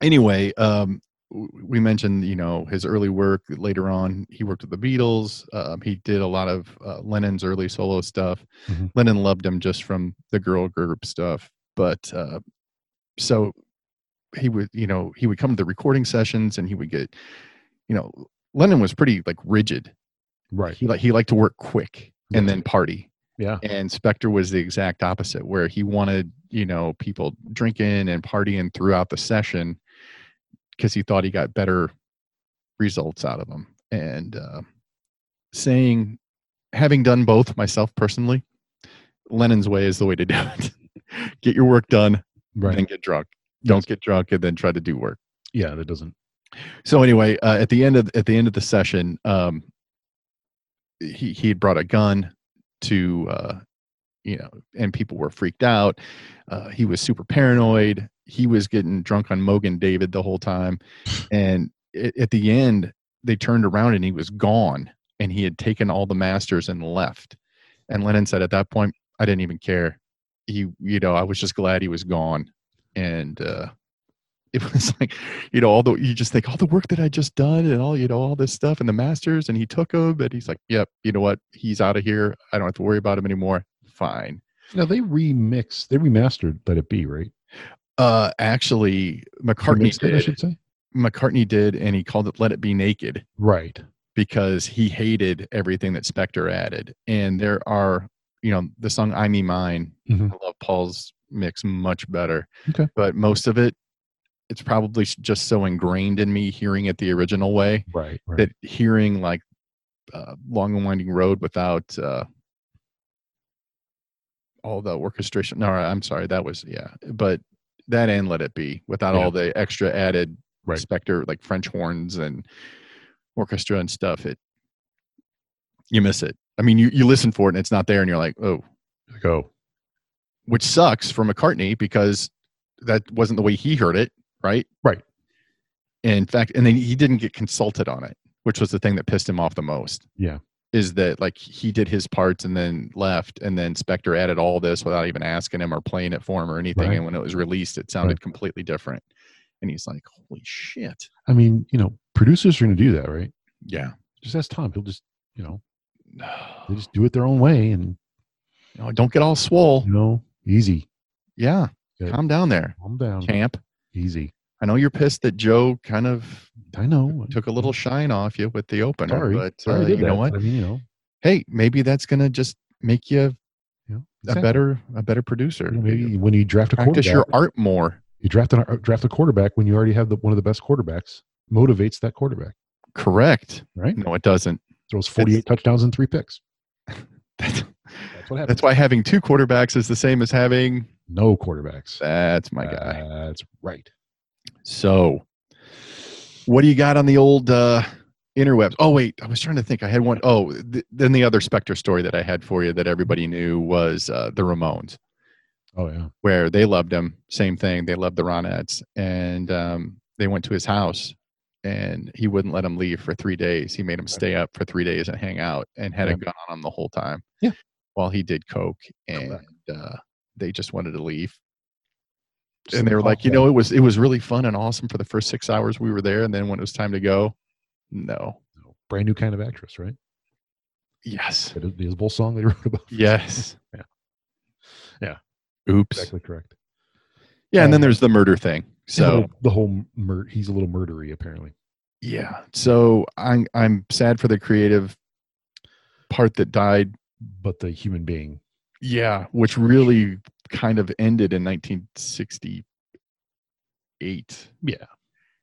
Anyway, um, w- we mentioned you know his early work. Later on, he worked with the Beatles. Um, he did a lot of uh, Lennon's early solo stuff. Mhm. Lennon loved him just from the girl group stuff. But uh, so he would you know he would come to the recording sessions and he would get you know Lennon was pretty like rigid. Right. He like he liked to work quick and Yeah. then party Mm-hmm. Yeah. and Spectre was the exact opposite, where he wanted you know people drinking and partying throughout the session because he thought he got better results out of them. And uh, saying, having done both myself personally, Lennon's way is the way to do it. *laughs* get your work done, Right. then get drunk. Don't get drunk, and then try to do work. Yeah, that doesn't So anyway, uh, at the end of at the end of the session, um, he he had brought a gun to uh, you know, and people were freaked out. Uh, he was super paranoid. He was getting drunk on Mogan David the whole time, and a- at the end, they turned around and he was gone, and he had taken all the masters and left. And Lennon said, at that point, I didn't even care. He, you know, I was just glad he was gone, and. uh *laughs* it was like you know all the you just think all the work that i just done and all you know all this stuff and the masters and he took them and he's like yep you know what he's out of here i don't have to worry about him anymore fine Now they remixed, they remastered "Let It Be," right? uh actually mccartney Remixed it, I did should say. mccartney did and he called it let it be naked Right. because he hated everything that spectre added and there are you know the song i me mine Mhm. i love paul's mix much better Okay. but most of it it's probably s- just so ingrained in me hearing it the original way Right. Right. that hearing like uh, long and winding road without uh, all the orchestration no i'm sorry that was yeah but that and let it be without Yeah. all the extra added Right. specter like french horns and orchestra and stuff it you miss it i mean you, you listen for it and it's not there and you're like oh Go. which sucks for mccartney because that wasn't the way he heard it right Right. in fact and then he didn't get consulted on it which was the thing that pissed him off the most Yeah. is that like he did his parts and then left and then spectre added all this without even asking him or playing it for him or anything Right. and when it was released it sounded Right. completely different and he's like holy shit I mean, you know, producers are going to do that, right? *sighs* yeah Just ask Tom. He'll just, you know, they no, just do it their own way, and Oh, don't get all swole you know, easy. yeah Good. calm down there Calm down. camp Easy. i know you're pissed that joe kind of I know. took a little shine off you with the opener Sorry. but Sorry I uh, did you know that, what but I mean, you know, hey maybe that's gonna just make you you know a exactly. better a better producer You know, maybe when you draft a practice quarterback, your art more you draft an, uh, draft a quarterback when you already have the, one of the best quarterbacks motivates that quarterback, correct right? no it doesn't *laughs* Throws forty eight touchdowns and three picks. that's, That's what happens. that's why having two quarterbacks is the same as having no quarterbacks. that's my guy That's right. so what do you got on the old uh interwebs oh wait i was trying to think i had one oh th- then the other spectre story that i had for you that everybody knew was uh the ramones Oh yeah. where they loved him. Same thing. They loved the Ronettes. And um, they went to his house and he wouldn't let him leave for three days. He made him stay up for three days and hang out and had Yeah. a gun on him the whole time. Yeah. While he did Coke and Correct. uh, they just wanted to leave. And they were like, you know, it was it was really fun and awesome for the first six hours we were there. And then when it was time to go, no. brand new kind of actress, right? Yes. That is the whole song they *laughs* wrote about. Yes. *laughs* Yeah. Yeah. Oops. Exactly correct. Yeah. And then Um, there's the murder thing. So the So whole, the whole mur- he's a little murdery apparently. yeah so i'm i'm sad for the creative part that died But the human being, yeah which really kind of ended in 1968 yeah,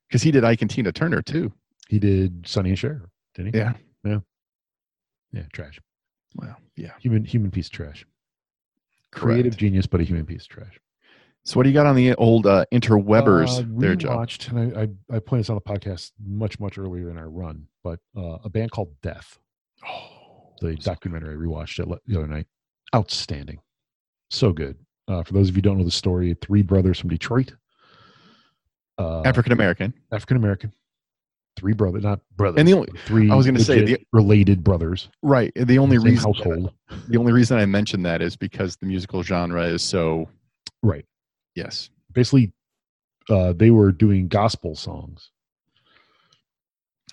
because he did ike and tina turner too he did Sonny and Cher, didn't he? Yeah. yeah, yeah. Trash. well yeah Human human piece of trash. creative Creative genius, but a human piece of trash. so what do you got on the old uh interwebbers Uh, there we joe watched, and I, I I pointed this on the podcast much much earlier in our run, but uh, a band called Death, oh the documentary I rewatched it le- the other night, outstanding, so good. Uh, for those of you who don't know the story, three brothers from Detroit, uh, african american African American, three brothers, not brothers, And the only- but three. I was gonna say, legit related brothers, right the only in the same reason household, *laughs* the only reason i mentioned that is because the musical genre is so right? yes Basically, uh, they were doing gospel songs,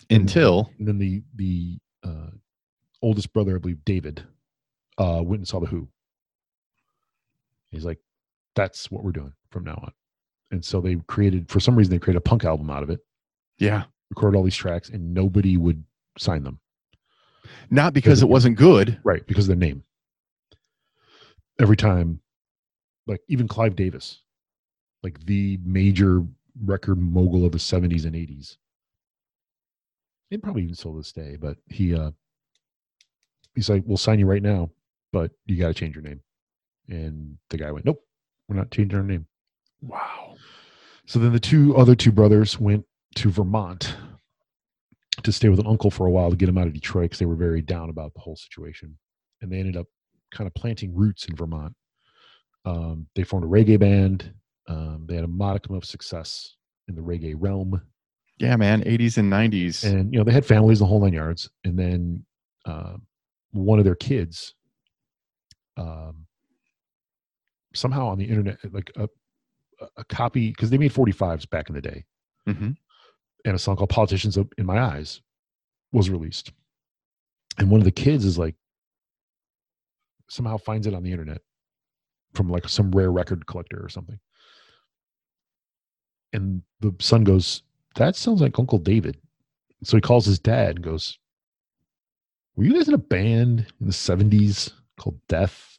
Mm-hmm. until and then the the uh, oldest brother, I believe, David, uh, went and saw the Who. He's like, "That's what we're doing from now on," and so they created, for some reason, they created a punk album out of it, yeah recorded all these tracks, and nobody would sign them. not because it wasn't good Right, because of their name. Every time, like even Clive Davis, like the major record mogul of the 70s and 80s, and probably even still this day, but he, uh, he's like, we'll sign you right now, but you got to change your name. And the guy went, nope, we're not changing our name. wow So then the two other two brothers went to Vermont to stay with an uncle for a while to get him out of Detroit because they were very down about the whole situation. And they ended up kind of planting roots in Vermont. Um, they formed a reggae band. Um, they had a modicum of success in the reggae realm. Yeah, man. 80s and 90s. And, you know, they had families, the whole nine yards. And then uh, one of their kids, um, somehow on the internet, uh, like a, a copy, because they made 45s back in the day hmm and a song called Politicians Up in My Eyes was released. And one of the kids is like somehow finds it on the internet from like some rare record collector or something. And the son goes, That sounds like Uncle David. So he calls his dad and goes, Were you guys in a band in the 70s called Death?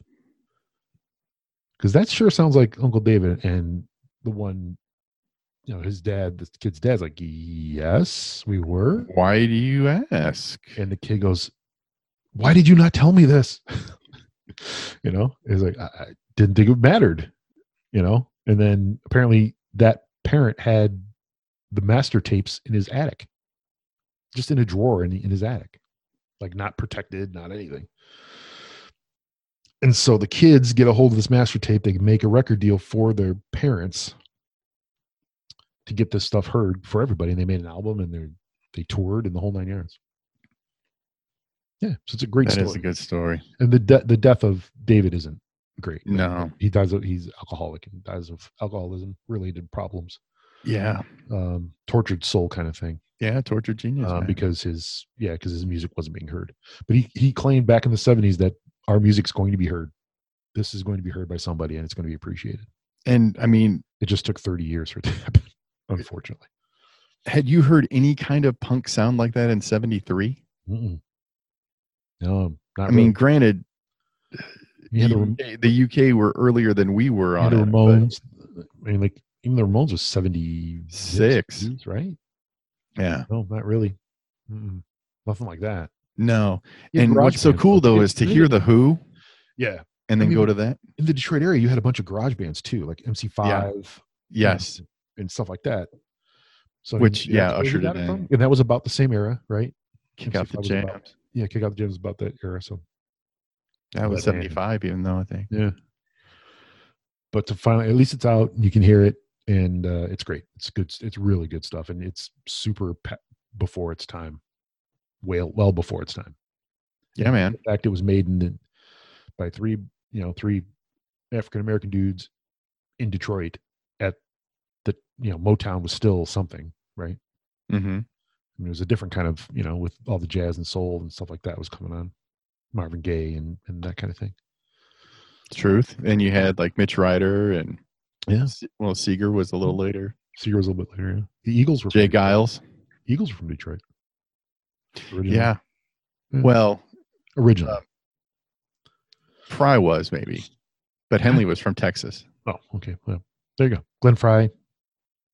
Because that sure sounds like Uncle David. And the one, you know, his dad, the kid's dad's like, Yes, we were. Why do you ask? And the kid goes, "Why did you not tell me this?" *laughs* you know, it's like I, I didn't think it mattered. You know, and then apparently that parent had the master tapes in his attic, just in a drawer in, in his attic, like not protected, not anything. And so the kids get a hold of this master tape. They make a record deal for their parents to get this stuff heard for everybody. And they made an album and they they toured and the whole nine yards. Yeah, so it's a great That is story. a good story. And the de- the death of David isn't great. Like, No. he dies. Of, he's alcoholic and dies of alcoholism related problems, Yeah. um, tortured soul kind of thing. Yeah. Tortured genius. uh, man. because his yeah, because his music wasn't being heard. But he he claimed back in the seventies that our music's going to be heard. This is going to be heard by somebody, and it's going to be appreciated. and I mean, It just took thirty years for it to *laughs* happen, unfortunately. had you heard any kind of punk sound like that in 73? Mm-mm. No, not I mean, really. granted, you had the, the, Ram- UK the UK were earlier than we were you had on the it, but Ramones. I mean, like even the Ramones was seventy Six. right? Yeah. No, not really. Mm-mm. Nothing like that. No. Yeah, and garage what's so bands, cool though. though It's is to really- hear the Who Yeah. and I then mean, go to that. In the Detroit area, you had a bunch of garage bands too, like MC5 Yes. and, and stuff like that. So I mean, Which, yeah, that's where we ushered got it from. in. And that was about the same era, right? Kick out MC5 the was jam. about- yeah, Kick Out the Jam was about that era. So, That was But, man. 75, even though I think. yeah. But to finally, at least it's out, you can hear it, and uh, it's great. It's good. It's really good stuff, and it's super pe- before its time. Well, well before its time. Yeah, man. In fact, it was made in the, by three, you know, three African American dudes in Detroit at the, you know, Motown was still something, right? Mm-hmm. I mean, it was a different kind of, you know, with all the jazz and soul and stuff like that was coming on, Marvin Gaye and and that kind of thing. Truth. And you had like Mitch Ryder and, Yeah, well, Seeger was a little later. Seeger was a little bit later. yeah. The Eagles were Jay from Detroit. Giles. Eagles were from Detroit. Originally. Yeah. Yeah. Well, originally. uh, Fry was maybe, but Henley was from Texas, oh, okay. Well, there you go. Glenn Fry,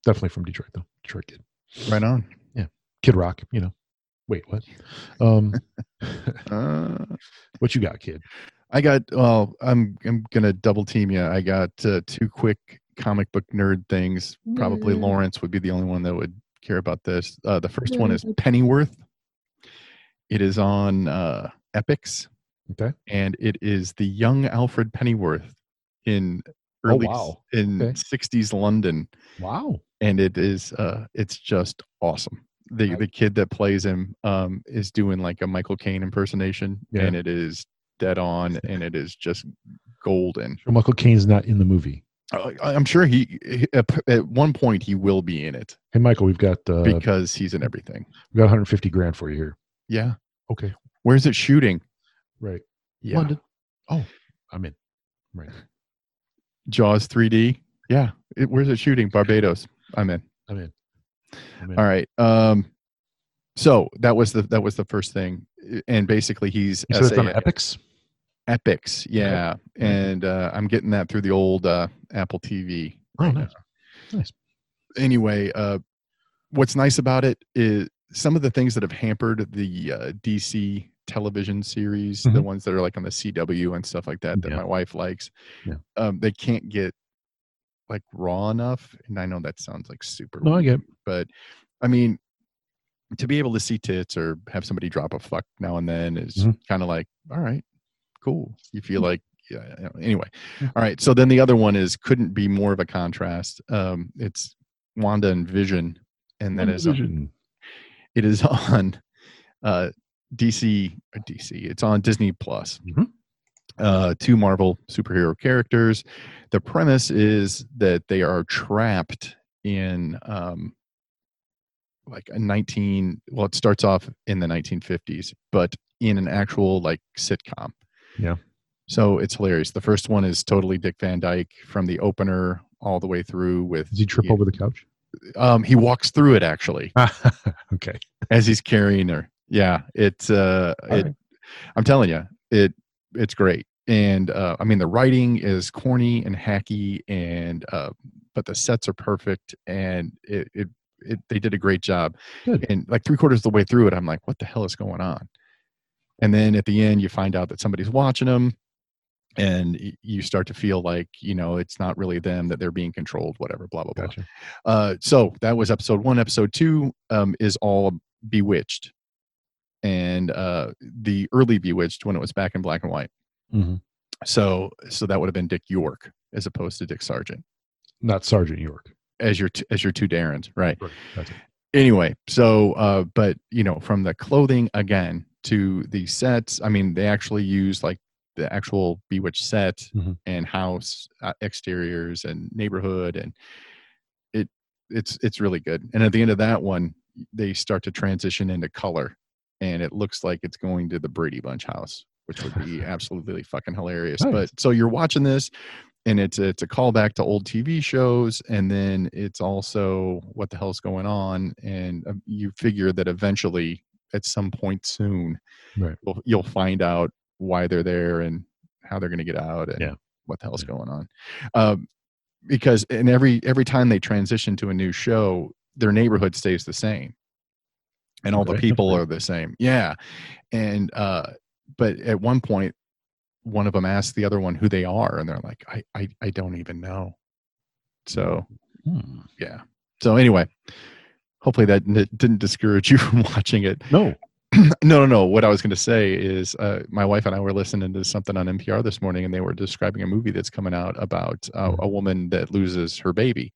definitely from Detroit though. Detroit kid. right on. Kid Rock, you know. Wait, what? Um, *laughs* Uh, what you got, kid? I got. Well, I'm I'm gonna double team you. I got uh, two quick comic book nerd things. Probably Lawrence would be the only one that would care about this. Uh, the first one is Pennyworth. It is on uh, Epics, Okay. and it is the young Alfred Pennyworth in early wow. in Okay. 60s London. Wow. and it is uh it's just awesome the I- the kid that plays him um is doing like a michael caine impersonation Yeah. and it is dead on and it is just golden Sure, Michael Caine's not in the movie. I, i'm sure he, he- at p- at one point he will be in it Hey, Michael, we've got uh, we because he's in everything got 150 grand for you here. yeah Okay. where's it shooting Right. yeah London. Oh, I'm in. Right. jaws 3d yeah it, where's it shooting barbados i'm in I'm in. I'm in. all right um so that was the that was the first thing and basically he's You said it's on SAA. Epics. Epics, yeah, and uh, I'm getting that through the old uh, Apple TV. Oh, right nice. Nice. Anyway, uh, what's nice about it is some of the things that have hampered the uh, DC television series, the Mhm. ones that are like on the CW and stuff like that, that Yeah. my wife likes. Yeah. Um, they can't get like raw enough, and I know that sounds like super. No, I weird, get. it. but I mean, to be able to see tits or have somebody drop a fuck now and then is Mhm. kind of like, all right, cool. You feel like, yeah, Mm-hmm. yeah, anyway. All right. So then the other one is couldn't be more of a contrast. Um, it's Wanda and Vision, and that is on, Vision. it is *laughs* on uh, DC or DC. It's on Disney Plus. Mhm. Uh, two Marvel superhero characters. The premise is that they are trapped in um, like a 19 well it starts off in the 1950s but in an actual like sitcom Yeah. so it's hilarious the first one is totally dick van dyke from the opener all the way through with Does he trip over the *laughs* couch? um he walks through it actually okay. as he's carrying her yeah it's uh All it, right. i'm telling you it it's great and uh i mean the writing is corny and hacky and uh but the sets are perfect and it, it, it they did a great job Good. and like three quarters of the way through it, I'm like, what the hell is going on? And then at the end, you find out that somebody's watching them, and y- you start to feel like you know it's not really them that they're being controlled, whatever, blah blah blah. Gotcha. Uh, so that was episode one. Episode two um, is all Bewitched, and uh, the early Bewitched when it was back in black and white. Mm-hmm. hmm So so that would have been Dick York as opposed to Dick Sargent Not Sergeant York. as your t- as your two Darrens, right? That's it. anyway so uh but you know from the clothing again to the sets i mean they actually use like the actual bewitched set Mhm. and house uh, exteriors and neighborhood and it it's it's really good and at the end of that one they start to transition into color and it looks like it's going to the brady bunch house which would be absolutely fucking hilarious Nice. but so you're watching this and it's it's a callback to old TV shows, and then it's also what the hell's going on, and um, you figure that eventually, at some point soon, Right. you'll, you'll find out why they're there and how they're going to get out and Yeah. what the hell's Yeah. going on, um, because and every every time they transition to a new show, their neighborhood stays the same, and all the Okay. people are the same, yeah, and uh, but at one point one of them asks the other one who they are and they're like i i, I don't even know so Hmm. yeah so anyway hopefully that n- didn't discourage you *laughs* from watching it No. *clears throat* no no no what i was going to say is uh, my wife and i were listening to something on npr this morning and they were describing a movie that's coming out about uh, Mhm. a woman that loses her baby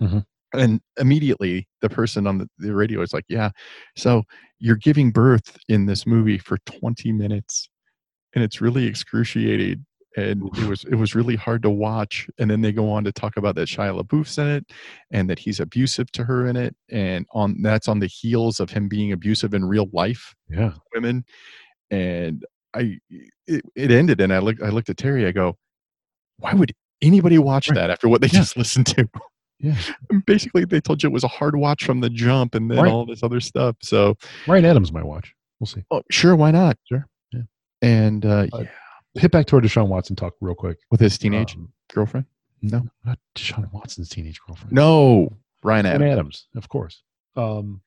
Mhm. and immediately the person on the, the radio is like yeah so you're giving birth in this movie for 20 minutes and it's really excruciating and it was it was really hard to watch and then they go on to talk about that Shia LaBeouf's in it and that he's abusive to her in it and on that's on the heels of him being abusive in real life Yeah. to women and I it, it ended and I looked I looked at Terry I go why would anybody watch Right. that after what they Yeah. just listened to *laughs* Yeah. basically they told you it was a hard watch from the jump and then Right. all this other stuff so Ryan Adams might watch. We'll see. oh, sure why not Sure, yeah. and uh, Uh, Hit back to our Deshaun Watson talk real quick. with his teenage Um, girlfriend No. Not Deshaun Watson's teenage girlfriend. no Ryan Ryan Adams Adams, of course. Um,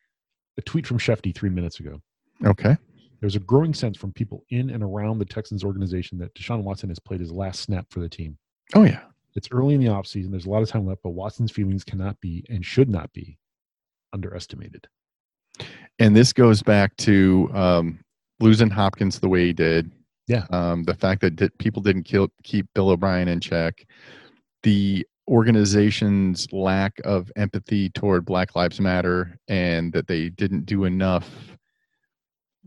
a tweet from Shefty three minutes ago. Okay. There's a growing sense from people in and around the Texans organization that Deshaun Watson has played his last snap for the team. Oh yeah. It's early in the offseason. There's a lot of time left, but Watson's feelings cannot be and should not be underestimated. And this goes back to um, losing Hopkins the way he did. Yeah. Um, the fact that di- people didn't kill, keep Bill O'Brien in check, the organization's lack of empathy toward Black Lives Matter, and that they didn't do enough.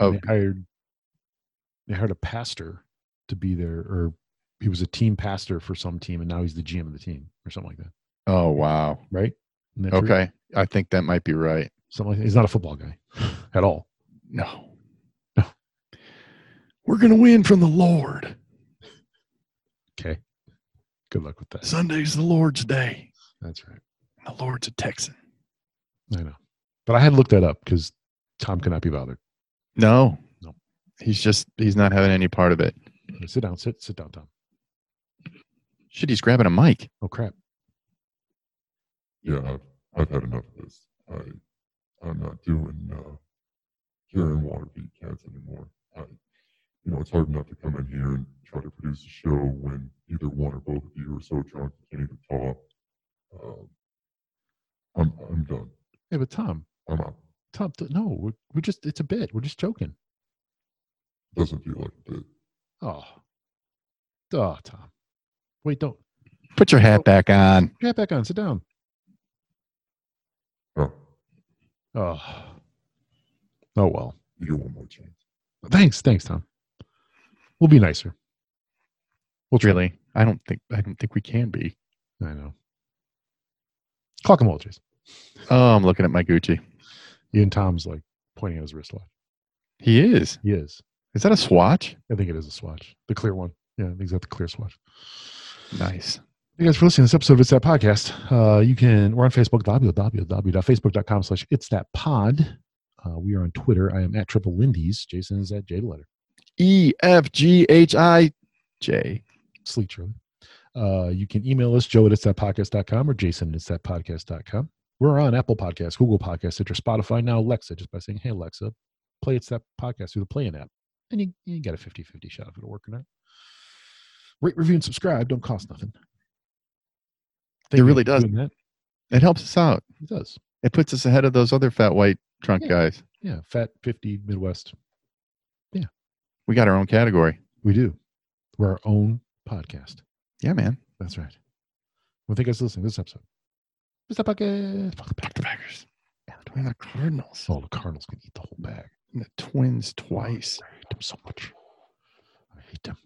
And Of- They hired they hired a pastor to be there, or he was a team pastor for some team, and now he's the GM of the team or something like that. Oh wow. Right? Isn't that true? Okay. I think that might be right. Something like that. He's not a football guy *sighs* at all. No. No. We're gonna win from the Lord. Okay. Good luck with that. Sunday's the Lord's day. That's right. The Lord's a Texan. I know. But I had to look that up because Tom cannot be bothered. No. No. He's just he's not having any part of it. Sit down, sit, sit down, Tom. Shit, he's grabbing a mic. Oh crap. yeah, I've, I've had enough of this. I, I'm not doing uh, hearing water beat cats anymore. I, you know, it's hard enough to come in here and try to produce a show when either one or both of you are so drunk you can't even talk. Um, I'm, I'm done. Yeah, but Tom, I'm out. Tom, th- no, we're, we're just, it's a bit. We're just joking. Doesn't feel like a bit. Oh, oh, Tom. Wait, don't Put your hat back on. get back on. Sit down. Oh, Oh, oh well. you get one more chance. Thanks, thanks, Tom. We'll be nicer. We'll try. Really, I don't think I don't think we can be. I know. Clock and Walters. Oh, I'm looking at my Gucci. You and Tom's like pointing at his wristwatch. He is. He is. Is that a swatch? I think it is a swatch, the clear one. Yeah, I think it's got the clear swatch. Nice. Thank you guys for listening to this episode of It's That Podcast. Uh, you can, we're on Facebook, www.facebook.com slash It's That Pod. Uh, we are on Twitter. I am at Triple Lindy's. Jason is at J the letter. E F G H I J. Sleep Charlie. Uh, you can email us, joe at it's that podcast.com or jason at it's that podcast.com. We're on Apple Podcasts, Google Podcasts, Stitcher, Spotify, now Alexa, just by saying, hey, Alexa, play It's That Podcast through the Playing app. And you, you got a 50 50 shot if it'll work or not. Rate, review, and subscribe. Don't cost nothing. Thank It you really for does. doing That. It helps us out. It does. It puts us ahead of those other fat white drunk Yeah. guys. Yeah. Fat 50 Midwest. We got our own category. We do. We're our own podcast. Yeah, man. That's right. Well, thank you guys for listening to this episode. It's That Podcast. Fuck the Back pack. to backers. And the Atlanta Cardinals. Oh, the Cardinals can eat the whole bag. And the Twins twice. I hate them so much. I hate them.